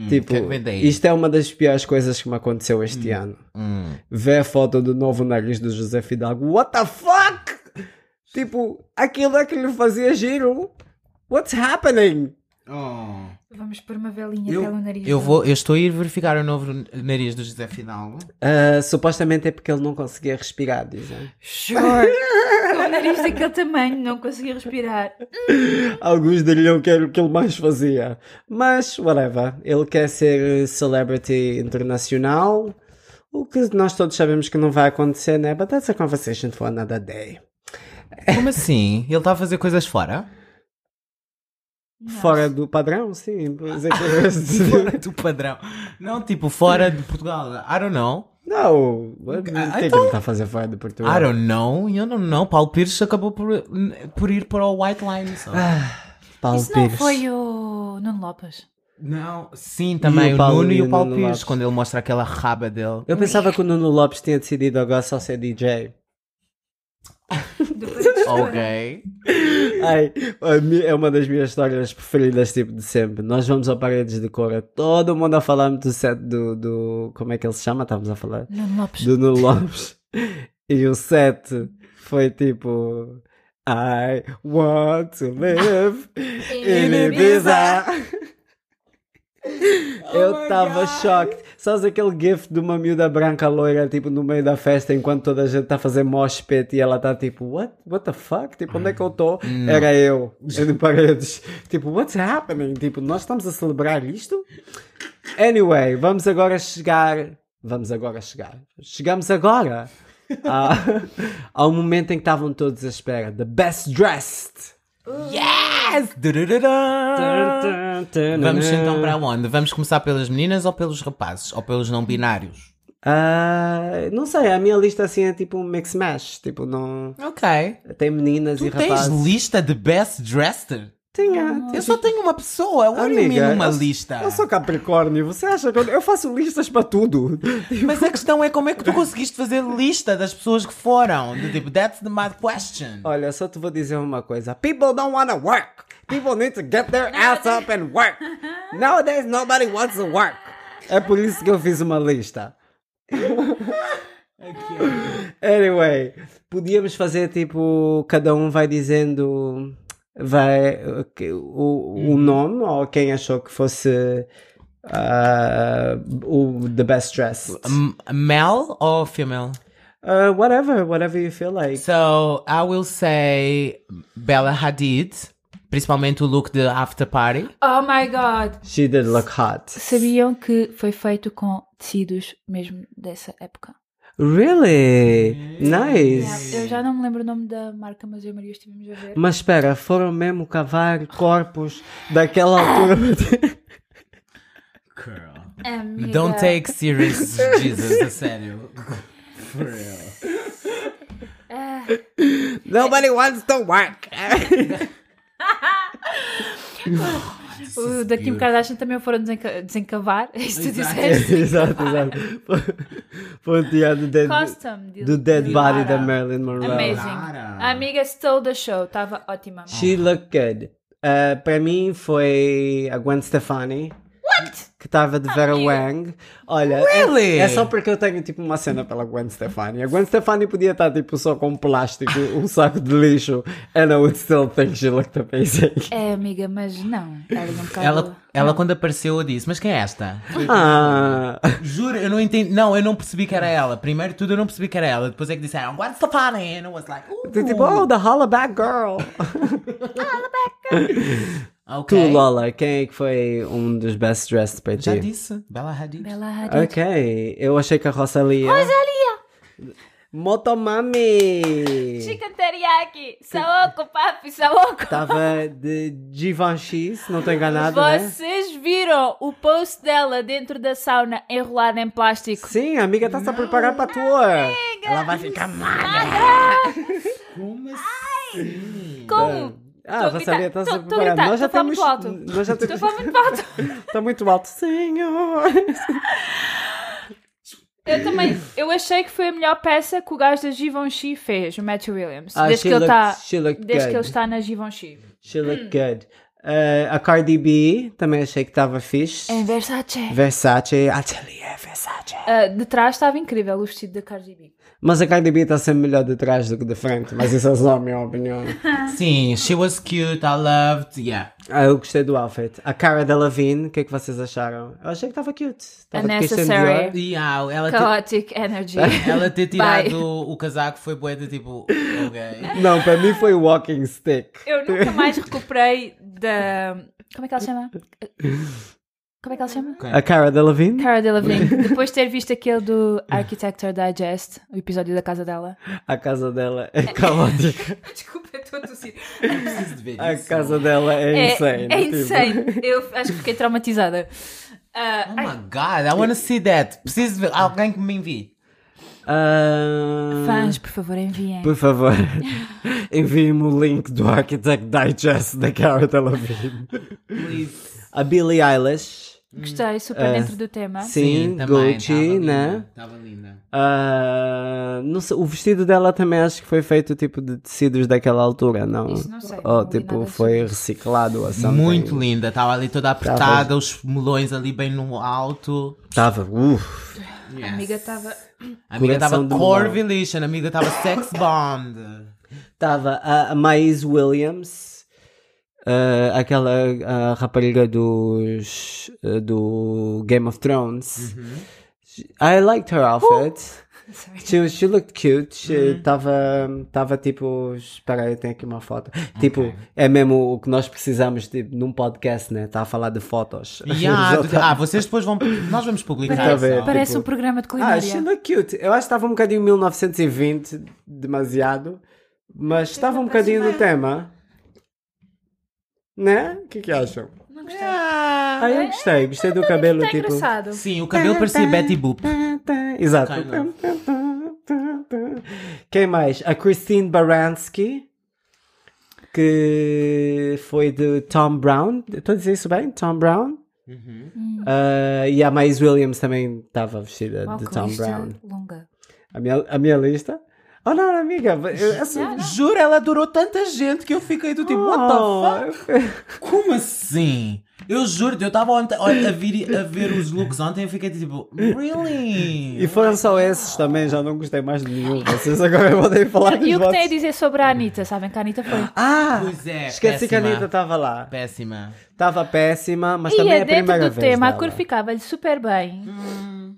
[SPEAKER 3] Tipo,
[SPEAKER 1] que é que vem daí?
[SPEAKER 3] isto é uma das piores coisas que me aconteceu este ano.
[SPEAKER 1] Hum.
[SPEAKER 3] Ver a foto do novo nariz do José Fidalgo. What the fuck? Tipo, aquilo é que lhe fazia giro. What's happening?
[SPEAKER 4] Vamos pôr uma velinha
[SPEAKER 1] Eu-
[SPEAKER 4] pelo nariz.
[SPEAKER 1] Eu, vou, eu estou a ir verificar o novo nariz do José Fidalgo.
[SPEAKER 3] Ah, supostamente é porque ele não conseguia respirar, dizem.
[SPEAKER 4] Sure. Com o nariz daquele tamanho, não conseguia respirar.
[SPEAKER 3] Alguns diriam que era o que ele mais fazia. Mas, whatever. Ele quer ser celebrity internacional. O que nós todos sabemos que não vai acontecer, né? But that's a conversation for another day.
[SPEAKER 1] Como assim? Ele está a fazer coisas fora?
[SPEAKER 4] Não.
[SPEAKER 3] Fora do padrão, sim. por exemplo. tipo
[SPEAKER 1] Fora do padrão. Não, tipo, fora de Portugal. I don't know.
[SPEAKER 3] não, o que é que ele está a fazer fora de Portugal?
[SPEAKER 1] I don't know. Eu não know. Paulo Pires acabou por, por ir para o White Line. só.
[SPEAKER 3] Ah. Paulo
[SPEAKER 4] Isso não
[SPEAKER 3] Pires.
[SPEAKER 4] foi o Nuno Lopes.
[SPEAKER 1] Não, sim, também
[SPEAKER 3] E o
[SPEAKER 1] o,
[SPEAKER 3] Paulo-
[SPEAKER 1] Nuno
[SPEAKER 3] e
[SPEAKER 1] e
[SPEAKER 3] o
[SPEAKER 1] o Paulo
[SPEAKER 3] Nuno
[SPEAKER 1] Pires,
[SPEAKER 3] Lopes.
[SPEAKER 1] quando ele mostra aquela raba dele.
[SPEAKER 3] Eu pensava que o Nuno Lopes tinha decidido agora só ser DJ.
[SPEAKER 4] Do Paris.
[SPEAKER 1] Ok.
[SPEAKER 3] Ai, a mi- é uma das minhas histórias preferidas, tipo, de sempre. Nós vamos a paredes de cor, é todo mundo a falar do set do, do. Como é que ele se chama? Estávamos a falar?
[SPEAKER 4] Nuno Lopes.
[SPEAKER 3] do Nuno Lopes. E o 7 foi tipo. I want to live in Ibiza. Eu estava choque. Só aquele gif de uma miúda branca loira, tipo, no meio da festa, enquanto toda a gente está a fazer mosh pit e ela está tipo, what? What the fuck? Tipo, onde é que eu estou? Era eu, em paredes. Tipo, what's happening? Tipo, nós estamos a celebrar isto? Anyway, vamos agora chegar. Vamos agora chegar. Chegamos agora a- ao momento em que estavam todos à espera. The best dressed.
[SPEAKER 1] Yes! Durururã. Vamos então para onde? Vamos começar pelas meninas ou pelos rapazes? Ou pelos não binários?
[SPEAKER 3] Ah, não sei, a minha lista assim é tipo um mix mash. Tipo, não.
[SPEAKER 1] Ok.
[SPEAKER 3] Tem meninas e
[SPEAKER 1] Tu tens
[SPEAKER 3] rapazes.
[SPEAKER 1] lista de best dressed?
[SPEAKER 3] Tenho,
[SPEAKER 1] Eu só tenho uma pessoa. What do you mean
[SPEAKER 3] Amiga,
[SPEAKER 1] uma
[SPEAKER 3] eu-
[SPEAKER 1] lista?
[SPEAKER 3] Eu sou Capricórnio, você acha que eu, eu faço listas para tudo?
[SPEAKER 1] Mas a questão é como é que tu conseguiste fazer lista das pessoas que foram? Do tipo, that's the mad question.
[SPEAKER 3] Olha, só te vou dizer uma coisa. People don't wanna work. People need to get their ass up and work. Nowadays nobody wants to work. É por isso que eu fiz uma lista. Anyway, podíamos fazer tipo, cada um vai dizendo vai, uh, que- o, o nome ou quem achou que fosse ah, o The Best Dressed.
[SPEAKER 1] M- Male ou female?
[SPEAKER 3] Uh, whatever, whatever you feel like.
[SPEAKER 1] So, I will say Bella Hadid, principalmente o look de After Party.
[SPEAKER 4] Oh my god.
[SPEAKER 3] She did look hot.
[SPEAKER 4] Sabiam que foi feito com tecidos mesmo dessa época?
[SPEAKER 3] Really? Nice.
[SPEAKER 4] Eu já não me lembro o nome da marca, mas eu e Maria estivemos a ver.
[SPEAKER 3] Mas espera, foram mesmo cavar corpos daquela altura.
[SPEAKER 1] Girl.
[SPEAKER 4] Amiga.
[SPEAKER 1] Don't take serious, Jesus, a sério. For real.
[SPEAKER 4] Ah.
[SPEAKER 3] Nobody wants to work.
[SPEAKER 4] O da Kim Kardashian também foram desenca- desencavar. é Isso tu
[SPEAKER 1] Exato.
[SPEAKER 4] disseste?
[SPEAKER 3] exato, exato. Foi um teatro do Dead,
[SPEAKER 4] Custom. de-
[SPEAKER 3] do dead
[SPEAKER 4] de
[SPEAKER 3] Body
[SPEAKER 4] Lara.
[SPEAKER 3] da Marilyn Monroe.
[SPEAKER 4] Amazing.
[SPEAKER 1] Lara.
[SPEAKER 4] A amiga stole the show. Estava ótima.
[SPEAKER 3] She looked good. Uh, para mim foi a Gwen Stefani.
[SPEAKER 4] What?
[SPEAKER 3] Que estava de Vera Wang. Olha, é-
[SPEAKER 1] Really?
[SPEAKER 3] é, só porque eu tenho tipo uma cena pela Gwen Stefani. A Gwen Stefani podia estar tipo só com plástico, um saco de lixo. And I would still think she looked amazing.
[SPEAKER 4] É, amiga, mas não. Era um bocado...
[SPEAKER 1] Ela, ela quando apareceu eu disse, mas quem é esta?
[SPEAKER 3] Ah,
[SPEAKER 1] Juro, eu não entendi. Não, eu não percebi que era ela. Primeiro de tudo eu não percebi que era ela. Depois é que disseram, Gwen Stefani. And I was like,
[SPEAKER 3] Tô tipo, oh, the Hollaback Girl.
[SPEAKER 1] "Ooh,
[SPEAKER 3] Tu,
[SPEAKER 1] ok."
[SPEAKER 3] Lola, quem é que foi um dos best dressed para ti?
[SPEAKER 1] Já disse, Bela Hadid.
[SPEAKER 4] Bela Hadid.
[SPEAKER 3] Ok, eu achei que a Rosalia.
[SPEAKER 4] Rosalia!
[SPEAKER 3] Motomami!
[SPEAKER 4] Chicken teriyaki. Saoko, papi, saoko.
[SPEAKER 3] Tava de Givenchy, se não estou enganado, Tá, né?
[SPEAKER 4] Vocês viram o post dela dentro da sauna enrolada em plástico?
[SPEAKER 3] Sim, a amiga está-se a preparar para a tour.
[SPEAKER 1] Ela vai ficar magra. Como assim?
[SPEAKER 4] Como?
[SPEAKER 3] Ah, a
[SPEAKER 4] Tô a
[SPEAKER 3] Rosalia
[SPEAKER 4] gritar,
[SPEAKER 3] está-se a
[SPEAKER 4] tô- tô a
[SPEAKER 3] preparar.
[SPEAKER 4] gritar,
[SPEAKER 3] Nós já
[SPEAKER 4] tô a falar
[SPEAKER 3] temos.
[SPEAKER 4] muito alto.
[SPEAKER 3] Nós já
[SPEAKER 4] Estou a
[SPEAKER 3] temos.
[SPEAKER 4] falar muito alto.
[SPEAKER 3] Está muito alto, senhor!
[SPEAKER 4] Eu também, eu achei que foi a melhor peça que o gajo da Givenchy fez, o Matthew Williams.
[SPEAKER 3] Ah,
[SPEAKER 4] desde
[SPEAKER 3] she
[SPEAKER 4] que ele está
[SPEAKER 3] looked- she looked
[SPEAKER 4] desde
[SPEAKER 3] good.
[SPEAKER 4] que ele está na Givenchy.
[SPEAKER 3] She
[SPEAKER 4] Hum.
[SPEAKER 3] looked good. Eh, a Cardi B também achei que estava fixe.
[SPEAKER 4] Em É Versace.
[SPEAKER 3] Versace, Atelier Versace.
[SPEAKER 4] Ah, de trás estava incrível o vestido da Cardi B.
[SPEAKER 3] Mas a Cardi B está sempre melhor de trás do que de frente, mas isso é só a minha opinião.
[SPEAKER 1] Sim, she was cute, I loved, yeah.
[SPEAKER 3] Ah, eu gostei do outfit. A cara da Lavigne, o que é que vocês acharam? Eu achei que estava cute. Estava de Christian
[SPEAKER 4] Unnecessary.
[SPEAKER 3] Dior.
[SPEAKER 1] E ah, ela, ter,
[SPEAKER 4] Chaotic energy.
[SPEAKER 1] ela ter
[SPEAKER 4] Bye.
[SPEAKER 1] tirado o casaco foi bué de tipo, ok.
[SPEAKER 3] Não, para mim foi walking stick.
[SPEAKER 4] Eu nunca mais recuperei da. Como é que ela se chama? Como é que ela se chama?
[SPEAKER 3] A cara da Lavigne?
[SPEAKER 4] Cara Delevingne. Depois de ter visto aquele do Architecture Digest, o episódio da casa dela.
[SPEAKER 3] A casa dela é caótica.
[SPEAKER 4] Desculpa, eu estou a tossir.
[SPEAKER 1] Preciso de ver
[SPEAKER 3] A
[SPEAKER 1] isso.
[SPEAKER 3] casa dela é insane.
[SPEAKER 4] É,
[SPEAKER 3] tipo.
[SPEAKER 4] insane. Eu acho que fiquei traumatizada. Ah,
[SPEAKER 1] Oh my god, I wanna see that. Preciso de ver alguém que me envie.
[SPEAKER 3] Ah,
[SPEAKER 4] Fãs, por favor, enviem.
[SPEAKER 3] Por favor, envie-me o link do Architect Digest da Cara da Lavigne.
[SPEAKER 1] Please.
[SPEAKER 3] A Billie Eilish.
[SPEAKER 4] Gostei, super
[SPEAKER 3] Ah,
[SPEAKER 4] dentro do tema.
[SPEAKER 3] Sim, Gucci, né?
[SPEAKER 1] Estava linda.
[SPEAKER 3] Ah, não sei, o vestido dela também acho que foi feito tipo de tecidos daquela altura, não?
[SPEAKER 4] Isso não sei,
[SPEAKER 3] Ou
[SPEAKER 4] não li
[SPEAKER 3] tipo,
[SPEAKER 4] nada
[SPEAKER 3] foi reciclado ou something.
[SPEAKER 1] Muito linda, estava ali toda apertada, os melões ali bem no alto.
[SPEAKER 3] Tava, uh. uff.
[SPEAKER 4] A amiga estava.
[SPEAKER 1] A amiga estava
[SPEAKER 3] Coração do
[SPEAKER 1] Corvilition, a amiga estava Sex Bond.
[SPEAKER 3] Tava a, a Maís Williams, ah, aquela ah, rapariga dos, ah, do Game of Thrones. I liked her outfit. She, she looked cute. She tava, tava tipo. Espera, eu tenho aqui uma foto. Tipo, é mesmo o que nós precisamos tipo, num podcast, né? Tá a falar de fotos.
[SPEAKER 1] Yeah,
[SPEAKER 3] Já
[SPEAKER 1] do-
[SPEAKER 3] tá-
[SPEAKER 1] ah, vocês depois vão. Nós vamos publicar.
[SPEAKER 3] Parece-
[SPEAKER 1] só.
[SPEAKER 4] Parece
[SPEAKER 3] tipo-
[SPEAKER 4] um programa de
[SPEAKER 3] Ah, she
[SPEAKER 4] culinária.
[SPEAKER 3] looked cute. Eu acho que estava um bocadinho 1920, demasiado. Mas estava um bocadinho no tema. Né? O que, que acham?
[SPEAKER 4] Não gostei. É,
[SPEAKER 3] Ah, eu gostei. Gostei do cabelo,
[SPEAKER 4] Está
[SPEAKER 3] tipo.
[SPEAKER 4] engraçado.
[SPEAKER 1] Sim, o cabelo parecia Betty Boop.
[SPEAKER 3] Exato.
[SPEAKER 1] Kind of.
[SPEAKER 3] Quem mais? A Christine Baranski, que foi de Tom Brown. Estou a dizer isso bem? Tom Brown.
[SPEAKER 4] Hum.
[SPEAKER 3] Ah, e a Mais Williams também estava vestida de Tom
[SPEAKER 4] Balconista
[SPEAKER 3] Brown.
[SPEAKER 4] longa.
[SPEAKER 3] A minha, a minha lista? Oh não, amiga, eu, essa,
[SPEAKER 1] Juro, ela adorou tanta gente que eu fiquei do tipo,
[SPEAKER 3] Oh.
[SPEAKER 1] what the fuck? Como assim? Eu juro, eu estava ontem olha, a, vir- a ver os looks ontem e fiquei tipo, really?
[SPEAKER 3] E foram só esses também, já não gostei mais de nenhum. Vocês agora podem falar dos
[SPEAKER 4] E o que
[SPEAKER 3] vossos.
[SPEAKER 4] tem a dizer sobre a Anitta? Sabem que a Anitta foi.
[SPEAKER 3] Ah!
[SPEAKER 1] Pois é,
[SPEAKER 3] Esqueci que
[SPEAKER 1] péssima.
[SPEAKER 3] a Anitta tá- estava lá.
[SPEAKER 1] Péssima.
[SPEAKER 3] Estava péssima, mas
[SPEAKER 4] E
[SPEAKER 3] também é
[SPEAKER 4] é
[SPEAKER 3] a primeira
[SPEAKER 4] dentro do
[SPEAKER 3] vez
[SPEAKER 4] tema, a
[SPEAKER 3] dela.
[SPEAKER 4] cor ficava-lhe super bem.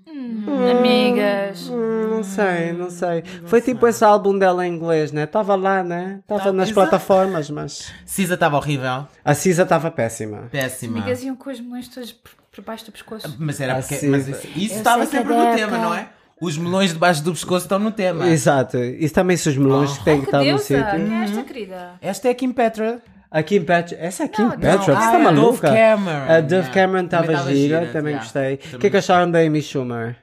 [SPEAKER 4] Hum, amigas.
[SPEAKER 3] Hum, Não sei, não sei. Foi tipo esse álbum dela em inglês, né? Estava lá, né? Estava
[SPEAKER 1] Tá,
[SPEAKER 3] nas
[SPEAKER 1] exato.
[SPEAKER 3] plataformas, mas.
[SPEAKER 1] Cisa estava horrível.
[SPEAKER 3] A Cisa estava péssima.
[SPEAKER 1] Péssima.
[SPEAKER 4] Amigas iam com os melões todos por por baixo do pescoço.
[SPEAKER 1] Mas era
[SPEAKER 3] Ah,
[SPEAKER 1] porque.
[SPEAKER 3] sim.
[SPEAKER 1] Mas isso- isso
[SPEAKER 4] Eu
[SPEAKER 1] estava
[SPEAKER 4] sei que
[SPEAKER 1] sempre
[SPEAKER 4] é
[SPEAKER 1] no
[SPEAKER 4] Deca.
[SPEAKER 1] tema, não é? Os melões debaixo do pescoço estão no tema.
[SPEAKER 3] Exato. Isso também se os melões têm que
[SPEAKER 4] Oh,
[SPEAKER 3] Uhum.
[SPEAKER 4] Que
[SPEAKER 3] estar no
[SPEAKER 4] deusa!
[SPEAKER 3] sítio.
[SPEAKER 4] Quem é esta querida?
[SPEAKER 1] Esta é a Kim Petra.
[SPEAKER 3] A Kim Petra. Essa é a Kim
[SPEAKER 4] não.
[SPEAKER 3] Petra, você
[SPEAKER 1] Ah,
[SPEAKER 3] está
[SPEAKER 1] é a Dove
[SPEAKER 3] maluca?
[SPEAKER 1] Cameron.
[SPEAKER 3] A Dove
[SPEAKER 1] Ah, Yeah.
[SPEAKER 3] Cameron estava
[SPEAKER 1] Também tava
[SPEAKER 3] gira,
[SPEAKER 1] gira,
[SPEAKER 3] também
[SPEAKER 1] yeah.
[SPEAKER 3] gostei. O que é
[SPEAKER 1] Também
[SPEAKER 3] que acharam da Amy Schumer?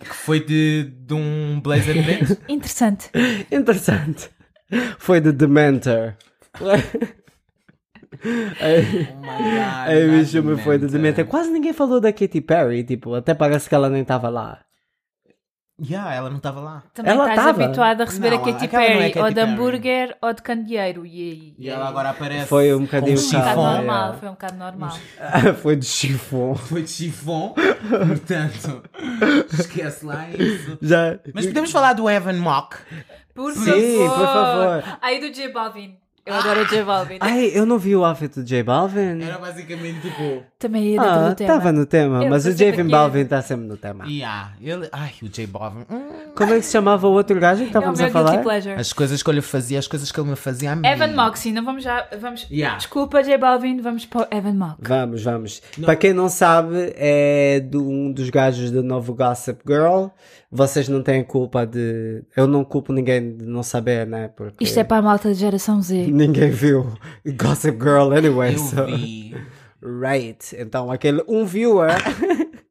[SPEAKER 1] que foi de, de um blazer preto.
[SPEAKER 4] Interessante.
[SPEAKER 3] Interessante. Foi de Dementor.
[SPEAKER 1] Oh my god.
[SPEAKER 3] Aí o
[SPEAKER 1] nada
[SPEAKER 3] filme foi de Dementor. Quase ninguém falou da Katy Perry, tipo, até parece que ela nem estava lá.
[SPEAKER 1] Yeah, ela não estava lá.
[SPEAKER 4] Também
[SPEAKER 3] Ela
[SPEAKER 4] estás
[SPEAKER 3] tava.
[SPEAKER 4] habituada a receber
[SPEAKER 1] Não,
[SPEAKER 4] a Katy
[SPEAKER 1] aquela não é
[SPEAKER 4] Perry,
[SPEAKER 1] Katy
[SPEAKER 4] ou de
[SPEAKER 1] Perry.
[SPEAKER 4] hambúrguer ou de candeeiro. E aí?
[SPEAKER 1] E ela agora aparece
[SPEAKER 3] Foi um bocadinho
[SPEAKER 1] com um
[SPEAKER 4] Foi um bocado
[SPEAKER 1] chifão.
[SPEAKER 3] calma, é.
[SPEAKER 4] normal, foi um bocado normal.
[SPEAKER 3] Foi de chifão.
[SPEAKER 1] Foi de chifão. Portanto, esquece lá isso.
[SPEAKER 3] Já.
[SPEAKER 1] Mas podemos falar do Evan Mock.
[SPEAKER 4] Por
[SPEAKER 3] Sim,
[SPEAKER 4] favor.
[SPEAKER 3] por favor. Ah.
[SPEAKER 4] Aí do J Balvin. Eu adoro o J Balvin.
[SPEAKER 3] Ai, eu não vi o outfit do J Balvin.
[SPEAKER 1] Era basicamente tipo.
[SPEAKER 4] Também ia dentro
[SPEAKER 3] Ah,
[SPEAKER 4] do tema.
[SPEAKER 3] estava no tema,
[SPEAKER 4] Eu
[SPEAKER 3] mas o
[SPEAKER 4] pensei
[SPEAKER 3] J
[SPEAKER 4] que-
[SPEAKER 3] Balvin está sempre no tema.
[SPEAKER 1] Yeah, ele. Ai, o J Balvin. Hum.
[SPEAKER 3] Como é que se chamava o outro gajo que
[SPEAKER 4] É o
[SPEAKER 3] estávamos a
[SPEAKER 4] meu guilty
[SPEAKER 3] falar?
[SPEAKER 4] pleasure.
[SPEAKER 1] As coisas que eu lhe fazia, as coisas que ele me fazia a mim.
[SPEAKER 4] Evan Moxie, não vamos já. Vamos...
[SPEAKER 1] Yeah.
[SPEAKER 4] Desculpa, J Balvin, vamos para o Evan Mock.
[SPEAKER 3] Vamos, vamos. Para quem não sabe, é do, um dos gajos do novo Gossip Girl. Vocês não têm culpa de. Eu não culpo ninguém de não saber, né? Porque
[SPEAKER 4] Isto é para a malta de geração Z.
[SPEAKER 3] ninguém viu Gossip Girl anyway. so-
[SPEAKER 1] Eu vi.
[SPEAKER 3] Right. Então aquele um viewer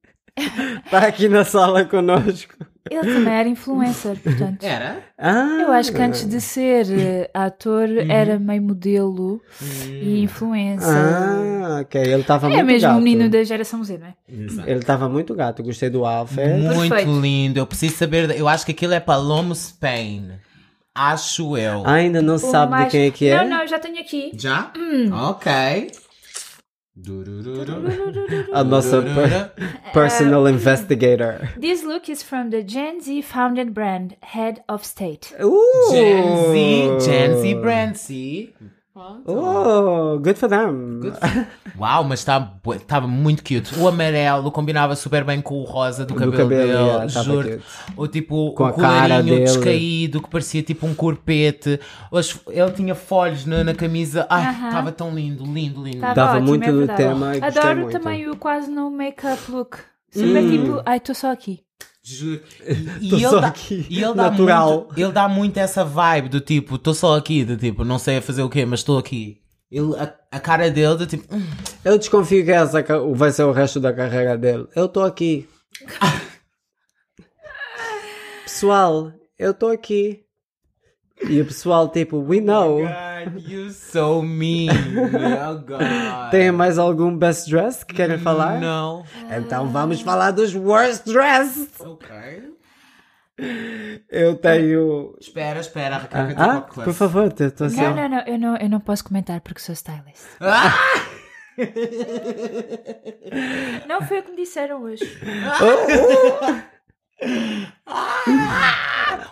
[SPEAKER 3] está aqui na sala conosco.
[SPEAKER 4] Ele também era influencer, portanto.
[SPEAKER 1] Era?
[SPEAKER 3] Ah,
[SPEAKER 4] Eu acho que antes de ser eh, ator
[SPEAKER 3] Uhum.
[SPEAKER 4] era meio modelo e influencer.
[SPEAKER 3] Hum. Ah, ok. Ele estava
[SPEAKER 4] é
[SPEAKER 3] muito
[SPEAKER 4] mesmo
[SPEAKER 3] gato.
[SPEAKER 4] o menino da geração Z, não é?
[SPEAKER 3] Ele estava muito gato. Gostei do Alfa.
[SPEAKER 1] Muito
[SPEAKER 4] Perfeito.
[SPEAKER 1] lindo. Eu preciso saber. Eu acho que aquilo é Palomo Spain. Acho eu.
[SPEAKER 3] Ainda não
[SPEAKER 4] O
[SPEAKER 3] sabe de
[SPEAKER 4] mais-
[SPEAKER 3] quem é que é?
[SPEAKER 4] Não, não, eu já tenho aqui.
[SPEAKER 1] Ah. Já?
[SPEAKER 4] Hum.
[SPEAKER 1] Ok. Durururu.
[SPEAKER 3] A nossa per-
[SPEAKER 1] Durururu.
[SPEAKER 3] personal investigator.
[SPEAKER 4] This look is from the Gen Z founded brand, Head of State.
[SPEAKER 3] Uh!
[SPEAKER 1] Gen Z, Gen Z Brancy.
[SPEAKER 3] Oh, good for them.
[SPEAKER 1] Uau, mas estava muito cute. O amarelo combinava super bem com o rosa do cabelo,
[SPEAKER 3] cabelo,
[SPEAKER 1] dele.
[SPEAKER 3] yeah, tava
[SPEAKER 1] juro.
[SPEAKER 3] cute.
[SPEAKER 1] Ou tipo,
[SPEAKER 3] Com
[SPEAKER 1] o
[SPEAKER 3] a cara
[SPEAKER 1] colarinho
[SPEAKER 3] dele.
[SPEAKER 1] descaído que parecia tipo um corpete. As- Ele tinha folhos na, na camisa. Ai,
[SPEAKER 4] Aham.
[SPEAKER 1] estava tão lindo, lindo, lindo.
[SPEAKER 4] Tava
[SPEAKER 3] Dava
[SPEAKER 4] ótimo,
[SPEAKER 3] muito
[SPEAKER 4] é
[SPEAKER 3] no
[SPEAKER 4] verdade.
[SPEAKER 3] tema e gostei
[SPEAKER 4] Adoro
[SPEAKER 3] muito. Hum.
[SPEAKER 4] também o quase no make-up look. Super tipo, ai, estou só aqui.
[SPEAKER 1] Juro. E, e
[SPEAKER 3] Tô
[SPEAKER 1] ele
[SPEAKER 3] só
[SPEAKER 1] dá,
[SPEAKER 3] aqui,
[SPEAKER 1] e ele dá
[SPEAKER 3] natural.
[SPEAKER 1] muito, ele dá muito essa vibe do tipo, estou só aqui, do tipo, não sei fazer o quê, mas estou aqui. Ele, a, a cara dele do tipo, "Hum,
[SPEAKER 3] Eu desconfio que essa ca- vai ser o resto da carreira dele. Eu tô aqui. pessoal, eu tô aqui. E o pessoal, tipo, we know.
[SPEAKER 1] "Oh God, you so mean. Oh God.
[SPEAKER 3] Tem mais algum best dress que querem falar?
[SPEAKER 1] Não.
[SPEAKER 3] Então vamos falar dos worst dress.
[SPEAKER 1] Ok.
[SPEAKER 3] Eu tenho.
[SPEAKER 1] Espera, espera, recarga
[SPEAKER 3] Ah,
[SPEAKER 1] tipo de
[SPEAKER 3] por favor, eu tô assim.
[SPEAKER 4] Não, não, não eu, não, eu não posso comentar porque sou stylist.
[SPEAKER 3] Ah!
[SPEAKER 4] Não foi o que me disseram hoje.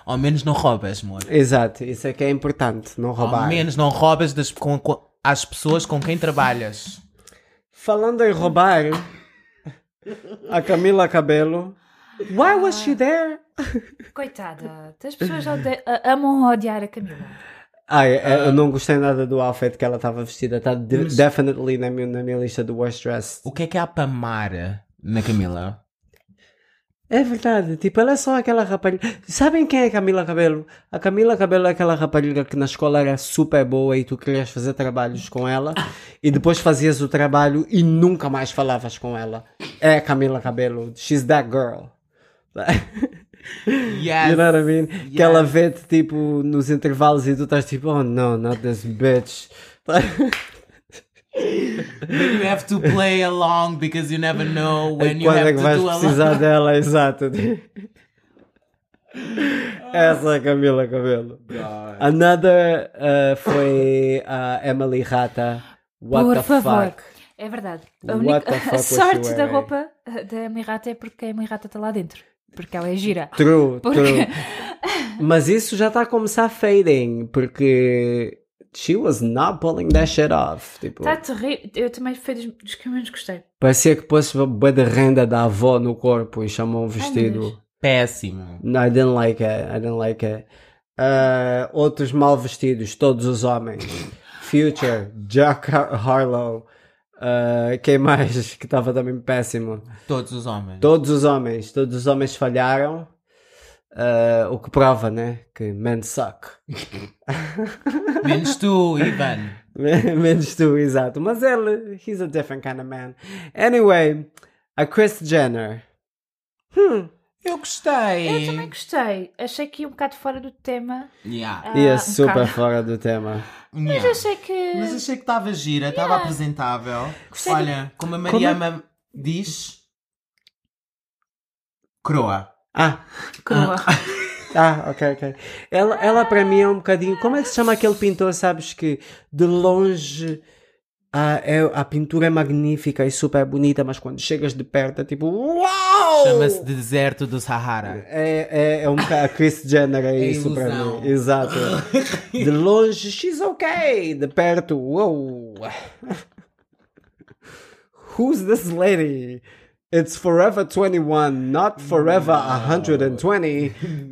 [SPEAKER 1] Ao menos não roubas, amor.
[SPEAKER 3] Exato, isso é que é importante, não
[SPEAKER 1] Ao
[SPEAKER 3] roubar.
[SPEAKER 1] menos não roubas das, com, com- às pessoas com quem trabalhas.
[SPEAKER 3] Falando em roubar, a Camila Cabelo. Why was she there?
[SPEAKER 4] Coitada, as pessoas ode- a- amam odiar a Camila.
[SPEAKER 3] Ai, é, eu- eu não gostei nada do outfit que ela estava vestida. Está de- definitely na minha, na minha lista do worst dress.
[SPEAKER 1] O que é que há para amar na Camila?
[SPEAKER 3] É verdade, tipo, ela é só aquela rapariga. Sabem quem é a Camila Cabelo? A Camila Cabelo é aquela rapariga que na escola era super boa e tu querias fazer trabalhos com ela e depois fazias o trabalho e nunca mais falavas com ela. É a Camila Cabelo. She's that girl.
[SPEAKER 1] Yes.
[SPEAKER 3] You know what I mean? Que ela vê-te tipo nos intervalos e tu estás tipo, oh no, not this bitch.
[SPEAKER 1] You have to play along because you never know when you
[SPEAKER 3] Quando é
[SPEAKER 1] have
[SPEAKER 3] que
[SPEAKER 1] to
[SPEAKER 3] vais
[SPEAKER 1] do a lot.
[SPEAKER 3] precisar dela? Exato. Essa é a Camila Cabelo. Another uh, foi a Emily Rata. What
[SPEAKER 4] Por
[SPEAKER 3] the
[SPEAKER 4] favor.
[SPEAKER 3] fuck?
[SPEAKER 4] É verdade. A,
[SPEAKER 3] What
[SPEAKER 4] única-
[SPEAKER 3] the fuck
[SPEAKER 4] a
[SPEAKER 3] was she
[SPEAKER 4] sorte da
[SPEAKER 3] wearing?
[SPEAKER 4] roupa eh, da Emirata é porque a Emirata está lá dentro. Porque ela é gira.
[SPEAKER 3] True,
[SPEAKER 4] Porque-
[SPEAKER 3] true. Mas isso já está a começar fading, porque she was not pulling that shit off. Tipo,
[SPEAKER 4] Está Tá terrível. Eu também foi dos, dos que eu menos gostei.
[SPEAKER 3] Parecia que pôs bué de renda da avó no corpo e chamou um
[SPEAKER 4] Deus.
[SPEAKER 3] vestido.
[SPEAKER 1] Péssimo.
[SPEAKER 3] No, I didn't like it, I didn't like it. Ah, outros mal vestidos, todos os homens. Future, Jack Har- Harlow. ah, quem mais que estava também péssimo?
[SPEAKER 1] Todos os homens.
[SPEAKER 3] Todos os homens, todos os homens falharam. Ah, o que prova, né? Que men suck.
[SPEAKER 1] Menos tu, Ivan.
[SPEAKER 3] Menos tu, exato. Mas ele, he's a different kind of man. Anyway, a Kris Jenner.
[SPEAKER 1] Eu gostei.
[SPEAKER 4] Eu também gostei. Achei que ia um bocado fora do tema.
[SPEAKER 1] Yeah.
[SPEAKER 4] Ah,
[SPEAKER 3] e é
[SPEAKER 4] um
[SPEAKER 3] super
[SPEAKER 4] bocado.
[SPEAKER 3] fora do tema.
[SPEAKER 4] Mas
[SPEAKER 1] Yeah.
[SPEAKER 4] achei que.
[SPEAKER 1] Mas achei que estava gira, estava apresentável.
[SPEAKER 4] Gostei do-
[SPEAKER 1] Olha, como a
[SPEAKER 3] é-
[SPEAKER 1] Mariana diz. Croa.
[SPEAKER 3] Ah,
[SPEAKER 4] Crua.
[SPEAKER 3] ah, ok, ok. Ela, ela para mim é um bocadinho. Como é que se chama aquele pintor, sabes, que de longe a, é, a pintura é magnífica e super bonita, mas quando chegas de perto é tipo.
[SPEAKER 4] Oh.
[SPEAKER 3] Uau!
[SPEAKER 1] Chama-se Deserto do Sahara.
[SPEAKER 3] É, é, é um bocado a Chris Jenner, é,
[SPEAKER 1] É
[SPEAKER 3] isso para
[SPEAKER 1] ilusão.
[SPEAKER 3] mim. Exato. De longe, she's okay. De perto, wow. Who's this lady? It's forever 21, not forever 120.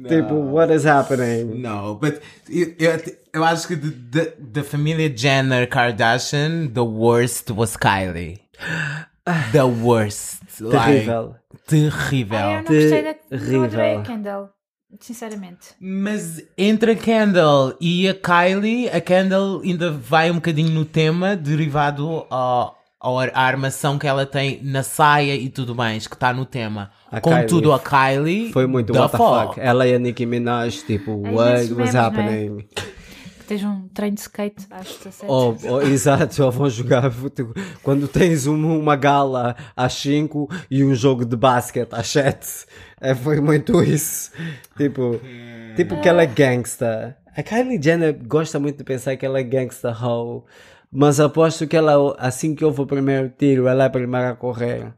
[SPEAKER 3] Tipo, what is happening?
[SPEAKER 1] Não, but eu, eu, eu acho que de- de- da família Jenner Kardashian, the worst was Kylie. The worst. Like,
[SPEAKER 3] Terrível.
[SPEAKER 1] terrível.
[SPEAKER 4] Ah, eu não gostei da.
[SPEAKER 3] Terrível.
[SPEAKER 4] Não adorei a Kendall. Sinceramente.
[SPEAKER 1] Mas entre a Kendall e a Kylie, a Kendall ainda vai um bocadinho no tema derivado ao, ao ar- à armação que ela tem na saia e tudo mais, que está no tema.
[SPEAKER 3] A
[SPEAKER 1] Contudo,
[SPEAKER 3] Kylie
[SPEAKER 1] a Kylie.
[SPEAKER 3] Foi muito
[SPEAKER 1] da
[SPEAKER 3] what the
[SPEAKER 1] fall.
[SPEAKER 3] fuck. Ela e a Nicki Minaj, tipo, what
[SPEAKER 4] nesses
[SPEAKER 3] was
[SPEAKER 4] memes, não é?
[SPEAKER 3] happening?
[SPEAKER 4] Que esteja um treino de skate às 17.
[SPEAKER 3] Oh, oh, exato, ou vão jogar futebol. Quando tens uma, uma gala às 5 e um jogo de basquete às 7. É, foi muito isso. Tipo, tipo que ela é gangsta. A Kylie Jenner gosta muito de pensar que ela é gangsta hoe, mas aposto que ela, assim que houve o primeiro tiro, ela é a primeira a correr.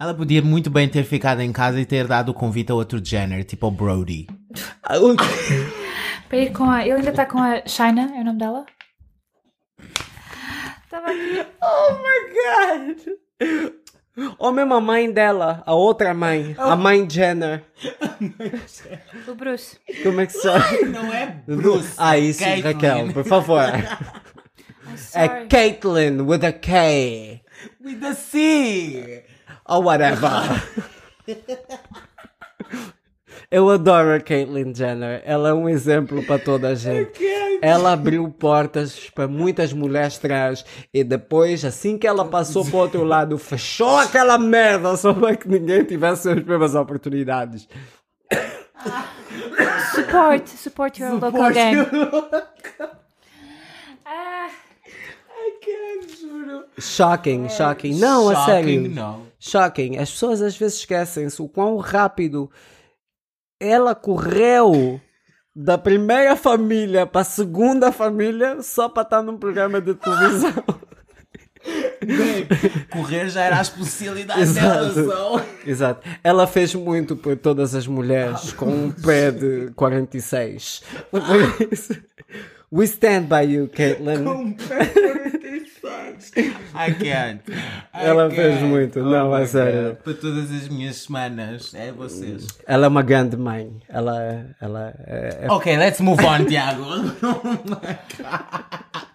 [SPEAKER 1] Ela podia muito bem ter ficado em casa e ter dado o convite a outro Jenner, tipo ao Brody.
[SPEAKER 3] Ah, o-
[SPEAKER 4] Para ir com a. Ele ainda está com a China, é o nome dela? Estava aqui.
[SPEAKER 3] Oh Ou mesmo a mãe dela, a outra mãe, a mãe Jenner.
[SPEAKER 4] O Bruce.
[SPEAKER 3] Como é que se chama?
[SPEAKER 1] Não é Bruce.
[SPEAKER 3] Ah, isso, Raquel, por favor.
[SPEAKER 4] I'm
[SPEAKER 3] É
[SPEAKER 4] sorry.
[SPEAKER 3] Caitlyn with a K.
[SPEAKER 1] With the C.
[SPEAKER 3] Or whatever. Eu adoro a Caitlyn Jenner. Ela é um exemplo para toda a gente. Ela abriu portas para muitas mulheres trans e depois, assim que ela passou para o outro lado, fechou aquela merda só para que ninguém tivesse as mesmas oportunidades.
[SPEAKER 4] Support. Support your local gang. Ah,
[SPEAKER 3] Shocking, shocking. Não, a
[SPEAKER 1] É, Shocking,
[SPEAKER 3] sério.
[SPEAKER 1] Não.
[SPEAKER 3] Shocking. As pessoas às vezes esquecem-se o quão rápido ela correu da primeira família para a segunda família só para estar num programa de televisão.
[SPEAKER 1] Correr já era a especialidade dela
[SPEAKER 3] Exato.
[SPEAKER 1] só.
[SPEAKER 3] Exato. Ela fez muito por todas as mulheres com um pé de 46. Por isso, We stand by you, Caitlyn.
[SPEAKER 1] I can't. I
[SPEAKER 3] Ela fez
[SPEAKER 1] can't.
[SPEAKER 3] muito, não,
[SPEAKER 1] my
[SPEAKER 3] a sério.
[SPEAKER 1] God. Para todas as minhas semanas, é vocês.
[SPEAKER 3] Ela é uma grande mãe. Ela, ela é, é-
[SPEAKER 1] Ok, let's move on, Tiago.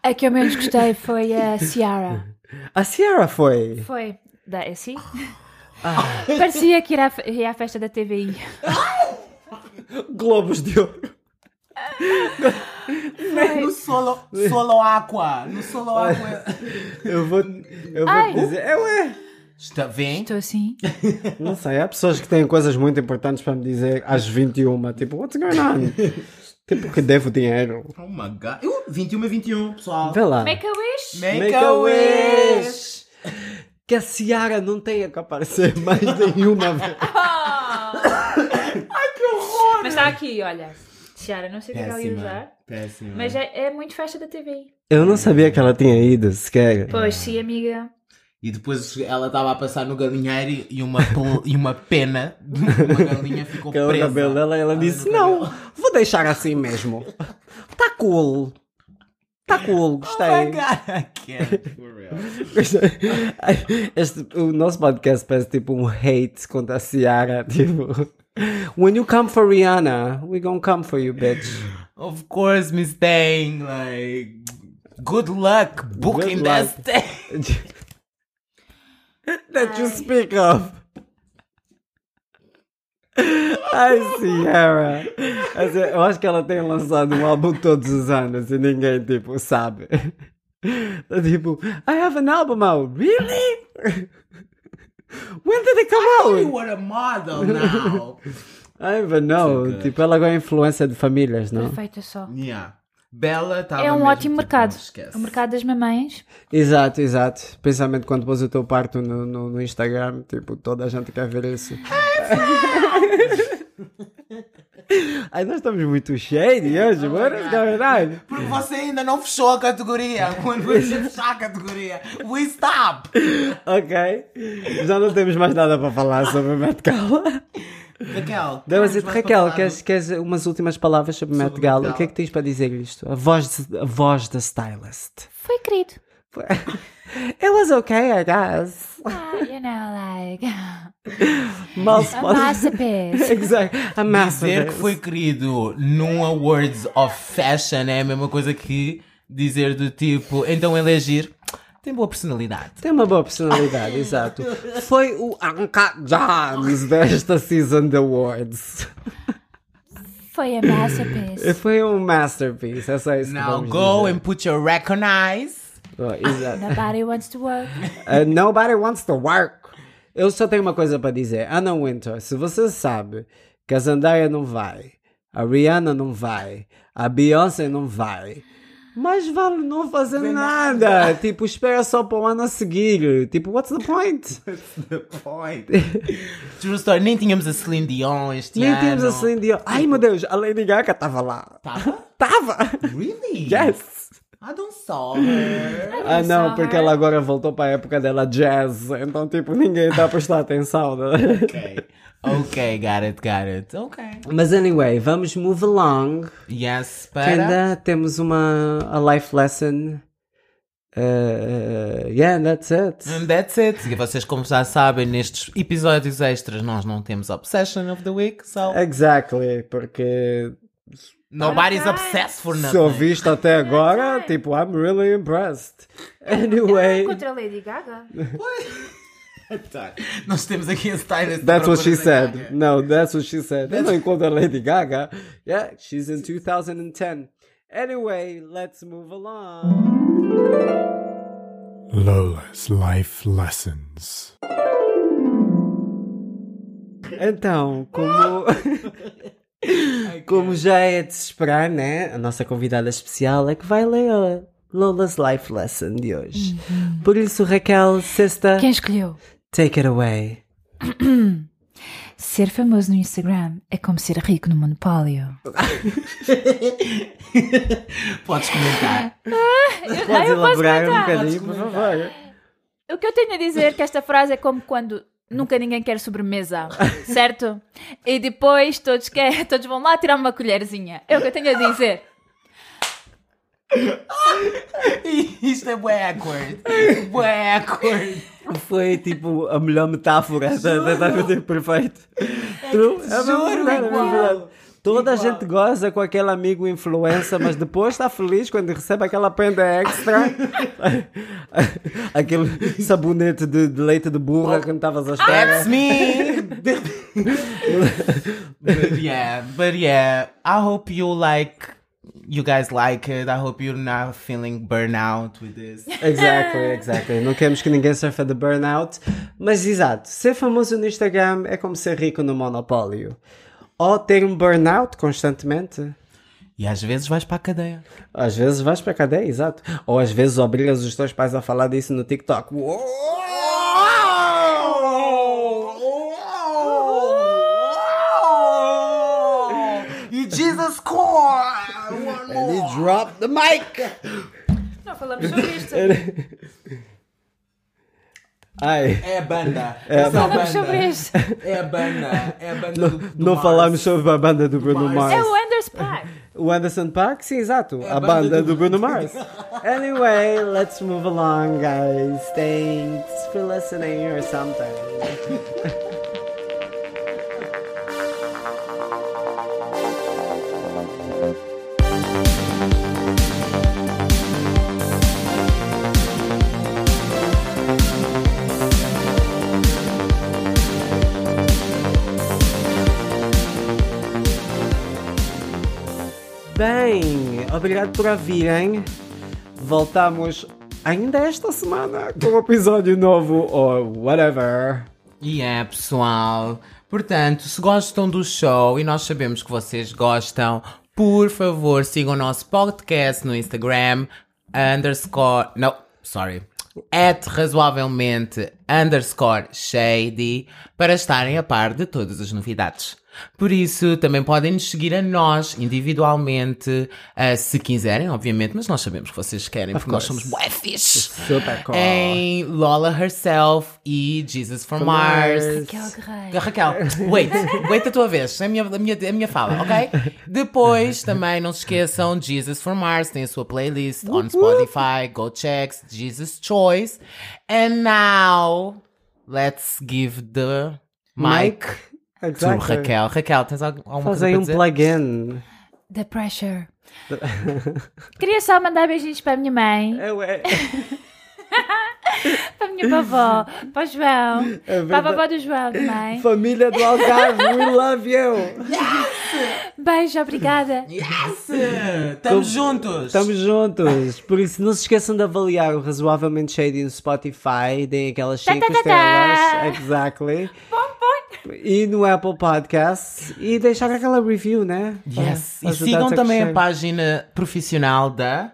[SPEAKER 4] a que eu menos gostei foi a Ciara.
[SPEAKER 3] é- A Sierra foi.
[SPEAKER 4] Foi da Essie. Ah. Parecia que ia à, fe- ia à festa da TVI.
[SPEAKER 3] Globos de Ouro.
[SPEAKER 1] no solo, solo aqua. No solo aqua.
[SPEAKER 3] Eu vou, eu vou
[SPEAKER 4] Ai.
[SPEAKER 3] dizer. É, ué.
[SPEAKER 1] Está bem?
[SPEAKER 4] Estou assim.
[SPEAKER 3] Não sei, há pessoas que têm coisas muito importantes para me dizer às 21. Tipo, what's going on? tipo, que devo dinheiro.
[SPEAKER 1] Oh my god. Eu, 21 a 21, pessoal.
[SPEAKER 3] Vê lá.
[SPEAKER 4] Make a wish.
[SPEAKER 1] Make,
[SPEAKER 3] Make
[SPEAKER 1] a,
[SPEAKER 3] a
[SPEAKER 1] wish.
[SPEAKER 3] wish. Que a Ciara não tenha que aparecer mais nenhuma vez.
[SPEAKER 4] Oh. Mas está aqui, olha. Ciara, não sei o que é que ela ia
[SPEAKER 1] Péssima.
[SPEAKER 4] usar.
[SPEAKER 1] Péssima.
[SPEAKER 4] Mas é, é muito festa da TVI.
[SPEAKER 3] Eu não sabia que ela tinha ido sequer.
[SPEAKER 4] Pois, sim, amiga.
[SPEAKER 1] E depois ela estava a passar no galinheiro e- e uma, pel- e uma pena de uma galinha ficou
[SPEAKER 3] Que é o
[SPEAKER 1] presa.
[SPEAKER 3] cabelo dela, ela disse: Ah, Não,
[SPEAKER 1] Oh
[SPEAKER 3] vou deixar assim mesmo. Tá cool. Tá cool, gostei.
[SPEAKER 1] Oh my god, I can't, for real.
[SPEAKER 3] é. Este, o nosso podcast parece tipo um hate contra a Ciara. Tipo, when you come for Rihanna, we gonna come for you, bitch.
[SPEAKER 1] Of course, Miss Dang. Like, good luck booking
[SPEAKER 3] Good
[SPEAKER 1] that
[SPEAKER 3] luck.
[SPEAKER 1] stay.
[SPEAKER 3] That you speak of. Ai, Ciara. Assim, Eu acho que ela tem lançado um álbum todos os anos e ninguém, tipo, sabe. Tá Tipo, I have an album out. Really? When did it come out?
[SPEAKER 1] You are a model now.
[SPEAKER 3] I don't even know. é, Tipo, ela agora é influência de famílias, não?
[SPEAKER 4] Perfeita só.
[SPEAKER 1] yeah. Bela estava
[SPEAKER 4] É um
[SPEAKER 1] mesmo,
[SPEAKER 4] ótimo
[SPEAKER 1] tipo,
[SPEAKER 4] mercado.
[SPEAKER 1] não esquece.
[SPEAKER 4] O mercado das mamães.
[SPEAKER 3] Exato, exato. Principalmente quando pôs o teu parto no, no, no Instagram, tipo, toda a gente quer ver isso. Ai, nós estamos muito shady hoje, bora ficar verdade.
[SPEAKER 1] Porque você ainda não fechou a categoria. Quando você fechar a categoria, we stop.
[SPEAKER 3] Ok. Já não temos mais nada para falar sobre Met Gala.
[SPEAKER 1] Raquel.
[SPEAKER 3] Deu a
[SPEAKER 1] queremos
[SPEAKER 3] dizer,
[SPEAKER 1] mais
[SPEAKER 3] assim, Raquel,
[SPEAKER 1] falar
[SPEAKER 3] queres,
[SPEAKER 1] do-
[SPEAKER 3] queres umas últimas palavras sobre Met
[SPEAKER 1] Met
[SPEAKER 3] Gala? O
[SPEAKER 1] Gala.
[SPEAKER 3] que é que tens para dizer isto? A voz, de- a voz da stylist.
[SPEAKER 4] Foi querido.
[SPEAKER 3] It was okay, I guess.
[SPEAKER 4] Ah, you know, like.
[SPEAKER 3] Mal se
[SPEAKER 4] A
[SPEAKER 3] pode...
[SPEAKER 4] masterpiece.
[SPEAKER 3] Exactly.
[SPEAKER 1] Dizer que
[SPEAKER 3] A masterpiece.
[SPEAKER 1] foi querido num Awards of Fashion é a mesma coisa que dizer do tipo, então elegir tem boa personalidade.
[SPEAKER 3] Tem uma boa personalidade, exato. Foi o Anka James desta Season de Awards.
[SPEAKER 4] Foi a masterpiece.
[SPEAKER 3] Foi um masterpiece, é só isso
[SPEAKER 1] Now
[SPEAKER 3] que vamos
[SPEAKER 1] go
[SPEAKER 3] dizer.
[SPEAKER 1] and put your recognize.
[SPEAKER 3] Oh, exato.
[SPEAKER 4] Nobody wants to work.
[SPEAKER 3] Uh, nobody wants to work. Eu só tenho uma coisa para dizer. Anna Winter, se você sabe que a Zendaya não vai, a Rihanna não vai, a Beyoncé não vai, mas vale não fazer nada. Tipo, espera só para o ano a seguir. Tipo, what's the point?
[SPEAKER 1] Point. True story. Nem tínhamos a Celine Dion este
[SPEAKER 3] Nem
[SPEAKER 1] ano.
[SPEAKER 3] temos a Celine Dion. Ai meu Deus, a Lady Gaga estava lá.
[SPEAKER 1] Tava?
[SPEAKER 3] Tava!
[SPEAKER 1] Really?
[SPEAKER 3] Yes!
[SPEAKER 1] I don't saw her.
[SPEAKER 3] Ah não,
[SPEAKER 4] saw
[SPEAKER 3] porque
[SPEAKER 4] her.
[SPEAKER 3] ela agora voltou para a época dela jazz, então tipo ninguém está a prestar atenção. né?
[SPEAKER 1] ok. Ok, got it, got it. Ok.
[SPEAKER 3] Mas anyway, vamos move along.
[SPEAKER 1] Yes,
[SPEAKER 3] Que
[SPEAKER 1] para.
[SPEAKER 3] ainda temos uma a life lesson. Uh, yeah, that's it.
[SPEAKER 1] And that's it. E vocês, como já sabem, nestes episódios extras nós não temos Obsession of the Week,
[SPEAKER 3] É
[SPEAKER 1] so
[SPEAKER 3] Exactly, porque
[SPEAKER 1] nobody's
[SPEAKER 4] Okay.
[SPEAKER 1] obsessed for
[SPEAKER 3] se
[SPEAKER 1] nothing.
[SPEAKER 3] ouviste até agora, tipo, I'm really impressed. Anyway,
[SPEAKER 4] Contra a Lady Gaga.
[SPEAKER 1] Nós temos aqui a stylist.
[SPEAKER 3] That's
[SPEAKER 1] à
[SPEAKER 3] what she
[SPEAKER 1] procura da
[SPEAKER 3] said.
[SPEAKER 1] Gaga.
[SPEAKER 3] No, that's what she said. That's what called her Lady Gaga. Yeah, she's in 2010. Anyway, let's move along.
[SPEAKER 5] Lola's Life Lessons.
[SPEAKER 3] Então, como. como já é de se esperar, né? A nossa convidada especial é que vai ler a Lola's Life Lesson de hoje.
[SPEAKER 4] Uhum.
[SPEAKER 3] Por isso, Raquel, sexta,
[SPEAKER 4] Quem escolheu?
[SPEAKER 3] take it away.
[SPEAKER 4] Ser famoso no Instagram é como ser rico no monopólio.
[SPEAKER 1] Podes comentar.
[SPEAKER 3] Podes
[SPEAKER 4] Ah, eu posso
[SPEAKER 3] elaborar um
[SPEAKER 4] contar.
[SPEAKER 3] bocadinho, por favor.
[SPEAKER 4] O que eu tenho a dizer é que esta frase é como quando nunca ninguém quer sobremesa, certo? E depois todos, quer, todos vão lá tirar uma colherzinha. É o que eu tenho a dizer.
[SPEAKER 1] Isto é bué awkward. Bué awkward.
[SPEAKER 3] Foi tipo a melhor metáfora da, da, da, da- perfeito. True. É
[SPEAKER 1] juro,
[SPEAKER 3] verdade, é
[SPEAKER 1] igual.
[SPEAKER 3] verdade. Toda a gente goza com aquele amigo influencer, mas depois está feliz quando recebe aquela prenda extra. aquele sabonete de, de leite de burra que não estavas à espera.
[SPEAKER 1] That's me. but yeah, but yeah, I hope you like. You guys like it. I hope you're not feeling burnout with this.
[SPEAKER 3] Exactly, exactly. Não queremos que ninguém sofra de burnout. Mas exato, ser famoso no Instagram é como ser rico no monopólio. Ou ter um burnout constantemente.
[SPEAKER 1] E às vezes vais para a cadeia.
[SPEAKER 3] Às vezes vais para a cadeia, exato. Ou às vezes obrigas os teus pais a falar disso no TikTok. Uou!
[SPEAKER 1] E Jesus Core! One
[SPEAKER 3] Ele drop the mic!
[SPEAKER 4] Não falamos sobre isto.
[SPEAKER 3] Ai,
[SPEAKER 1] É a banda. É a
[SPEAKER 4] Falamos sobre isto.
[SPEAKER 1] É a banda. É a banda do, do
[SPEAKER 3] não
[SPEAKER 1] Mars.
[SPEAKER 3] falámos sobre a banda do Bruno
[SPEAKER 1] Mars.
[SPEAKER 4] É
[SPEAKER 3] Mars.
[SPEAKER 4] o Anders Park.
[SPEAKER 3] O Anderson Park? Sim, exato. a banda, do Bruno Mars. anyway, let's move along, guys. Thanks for listening or something. Bem, obrigado por virem. Voltamos ainda esta semana com um episódio novo, ou whatever.
[SPEAKER 1] E é, pessoal. Portanto, se gostam do show e nós sabemos que vocês gostam, por favor, sigam o nosso podcast no Instagram, underscore. Não, sorry. At razoavelmente underscore shady para estarem a par de todas as novidades. Por isso, também podem nos seguir a nós individualmente, ah, se quiserem, obviamente, mas nós sabemos que vocês querem, porque nós somos bué fixe.
[SPEAKER 3] Super cool.
[SPEAKER 4] É.
[SPEAKER 1] Em Lola Herself e Jesus from Mars.
[SPEAKER 4] Raquel Guerreiro.
[SPEAKER 1] Raquel, wait, wait a tua vez, é a minha, a minha, a minha fala, ok? Depois também não se esqueçam, Jesus for Mars tem a sua playlist on Spotify, go checks, Jesus Choice. And now, let's give the mic to
[SPEAKER 3] Exactly.
[SPEAKER 1] Raquel. Raquel, tens algu- alguma coisa
[SPEAKER 3] Fazem
[SPEAKER 1] para
[SPEAKER 3] um
[SPEAKER 1] dizer?
[SPEAKER 3] plug-in.
[SPEAKER 4] The pressure. Queria só mandar beijinhos para a minha mãe,
[SPEAKER 3] É, ué.
[SPEAKER 4] para a minha vovó, para o João, para a
[SPEAKER 3] verdade.
[SPEAKER 4] vovó do João também.
[SPEAKER 3] Família do Algarve, we love you.
[SPEAKER 4] Beijo, obrigada.
[SPEAKER 1] Yes! Estamos juntos!
[SPEAKER 3] Estamos juntos. Por isso, não se esqueçam de avaliar o Razoavelmente Shady no Spotify. Deem aquelas 5
[SPEAKER 4] Tá, tá, tá, tá.
[SPEAKER 3] estrelas. Exactly. E no Apple Podcasts. E deixar aquela review, né?
[SPEAKER 1] Yes!
[SPEAKER 3] Para
[SPEAKER 1] E
[SPEAKER 3] ajudar-te
[SPEAKER 1] sigam também a
[SPEAKER 3] crescer.
[SPEAKER 1] página profissional da...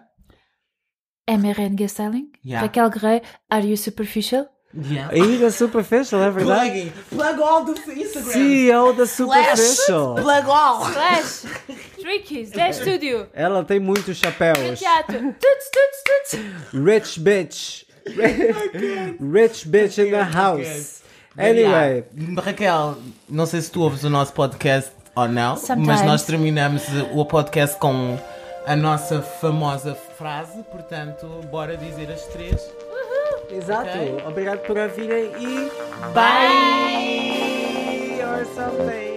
[SPEAKER 4] É MRNG Styling,
[SPEAKER 1] Yeah.
[SPEAKER 4] Raquel Guerreiro, Are You Superficial?
[SPEAKER 1] Yeah.
[SPEAKER 3] E da Superficial, é verdade?
[SPEAKER 1] Plugging! Plug all the Instagram!
[SPEAKER 3] CEO da Superficial.
[SPEAKER 1] Plug all!
[SPEAKER 4] Flash, Trickies, The Studio,
[SPEAKER 3] Ela tem muitos chapéus.
[SPEAKER 4] Teatro, tuts, tuts, tuts.
[SPEAKER 3] Rich bitch. Rich bitch in the house. Anyway.
[SPEAKER 1] Yeah. Raquel, não sei se tu ouves o nosso podcast ou não, mas
[SPEAKER 4] Sometimes.
[SPEAKER 1] nós terminamos o podcast com a nossa famosa frase, portanto, bora dizer as três.
[SPEAKER 3] Exato.
[SPEAKER 1] Ok.
[SPEAKER 3] Obrigado por virem e
[SPEAKER 1] Bye.
[SPEAKER 3] or something.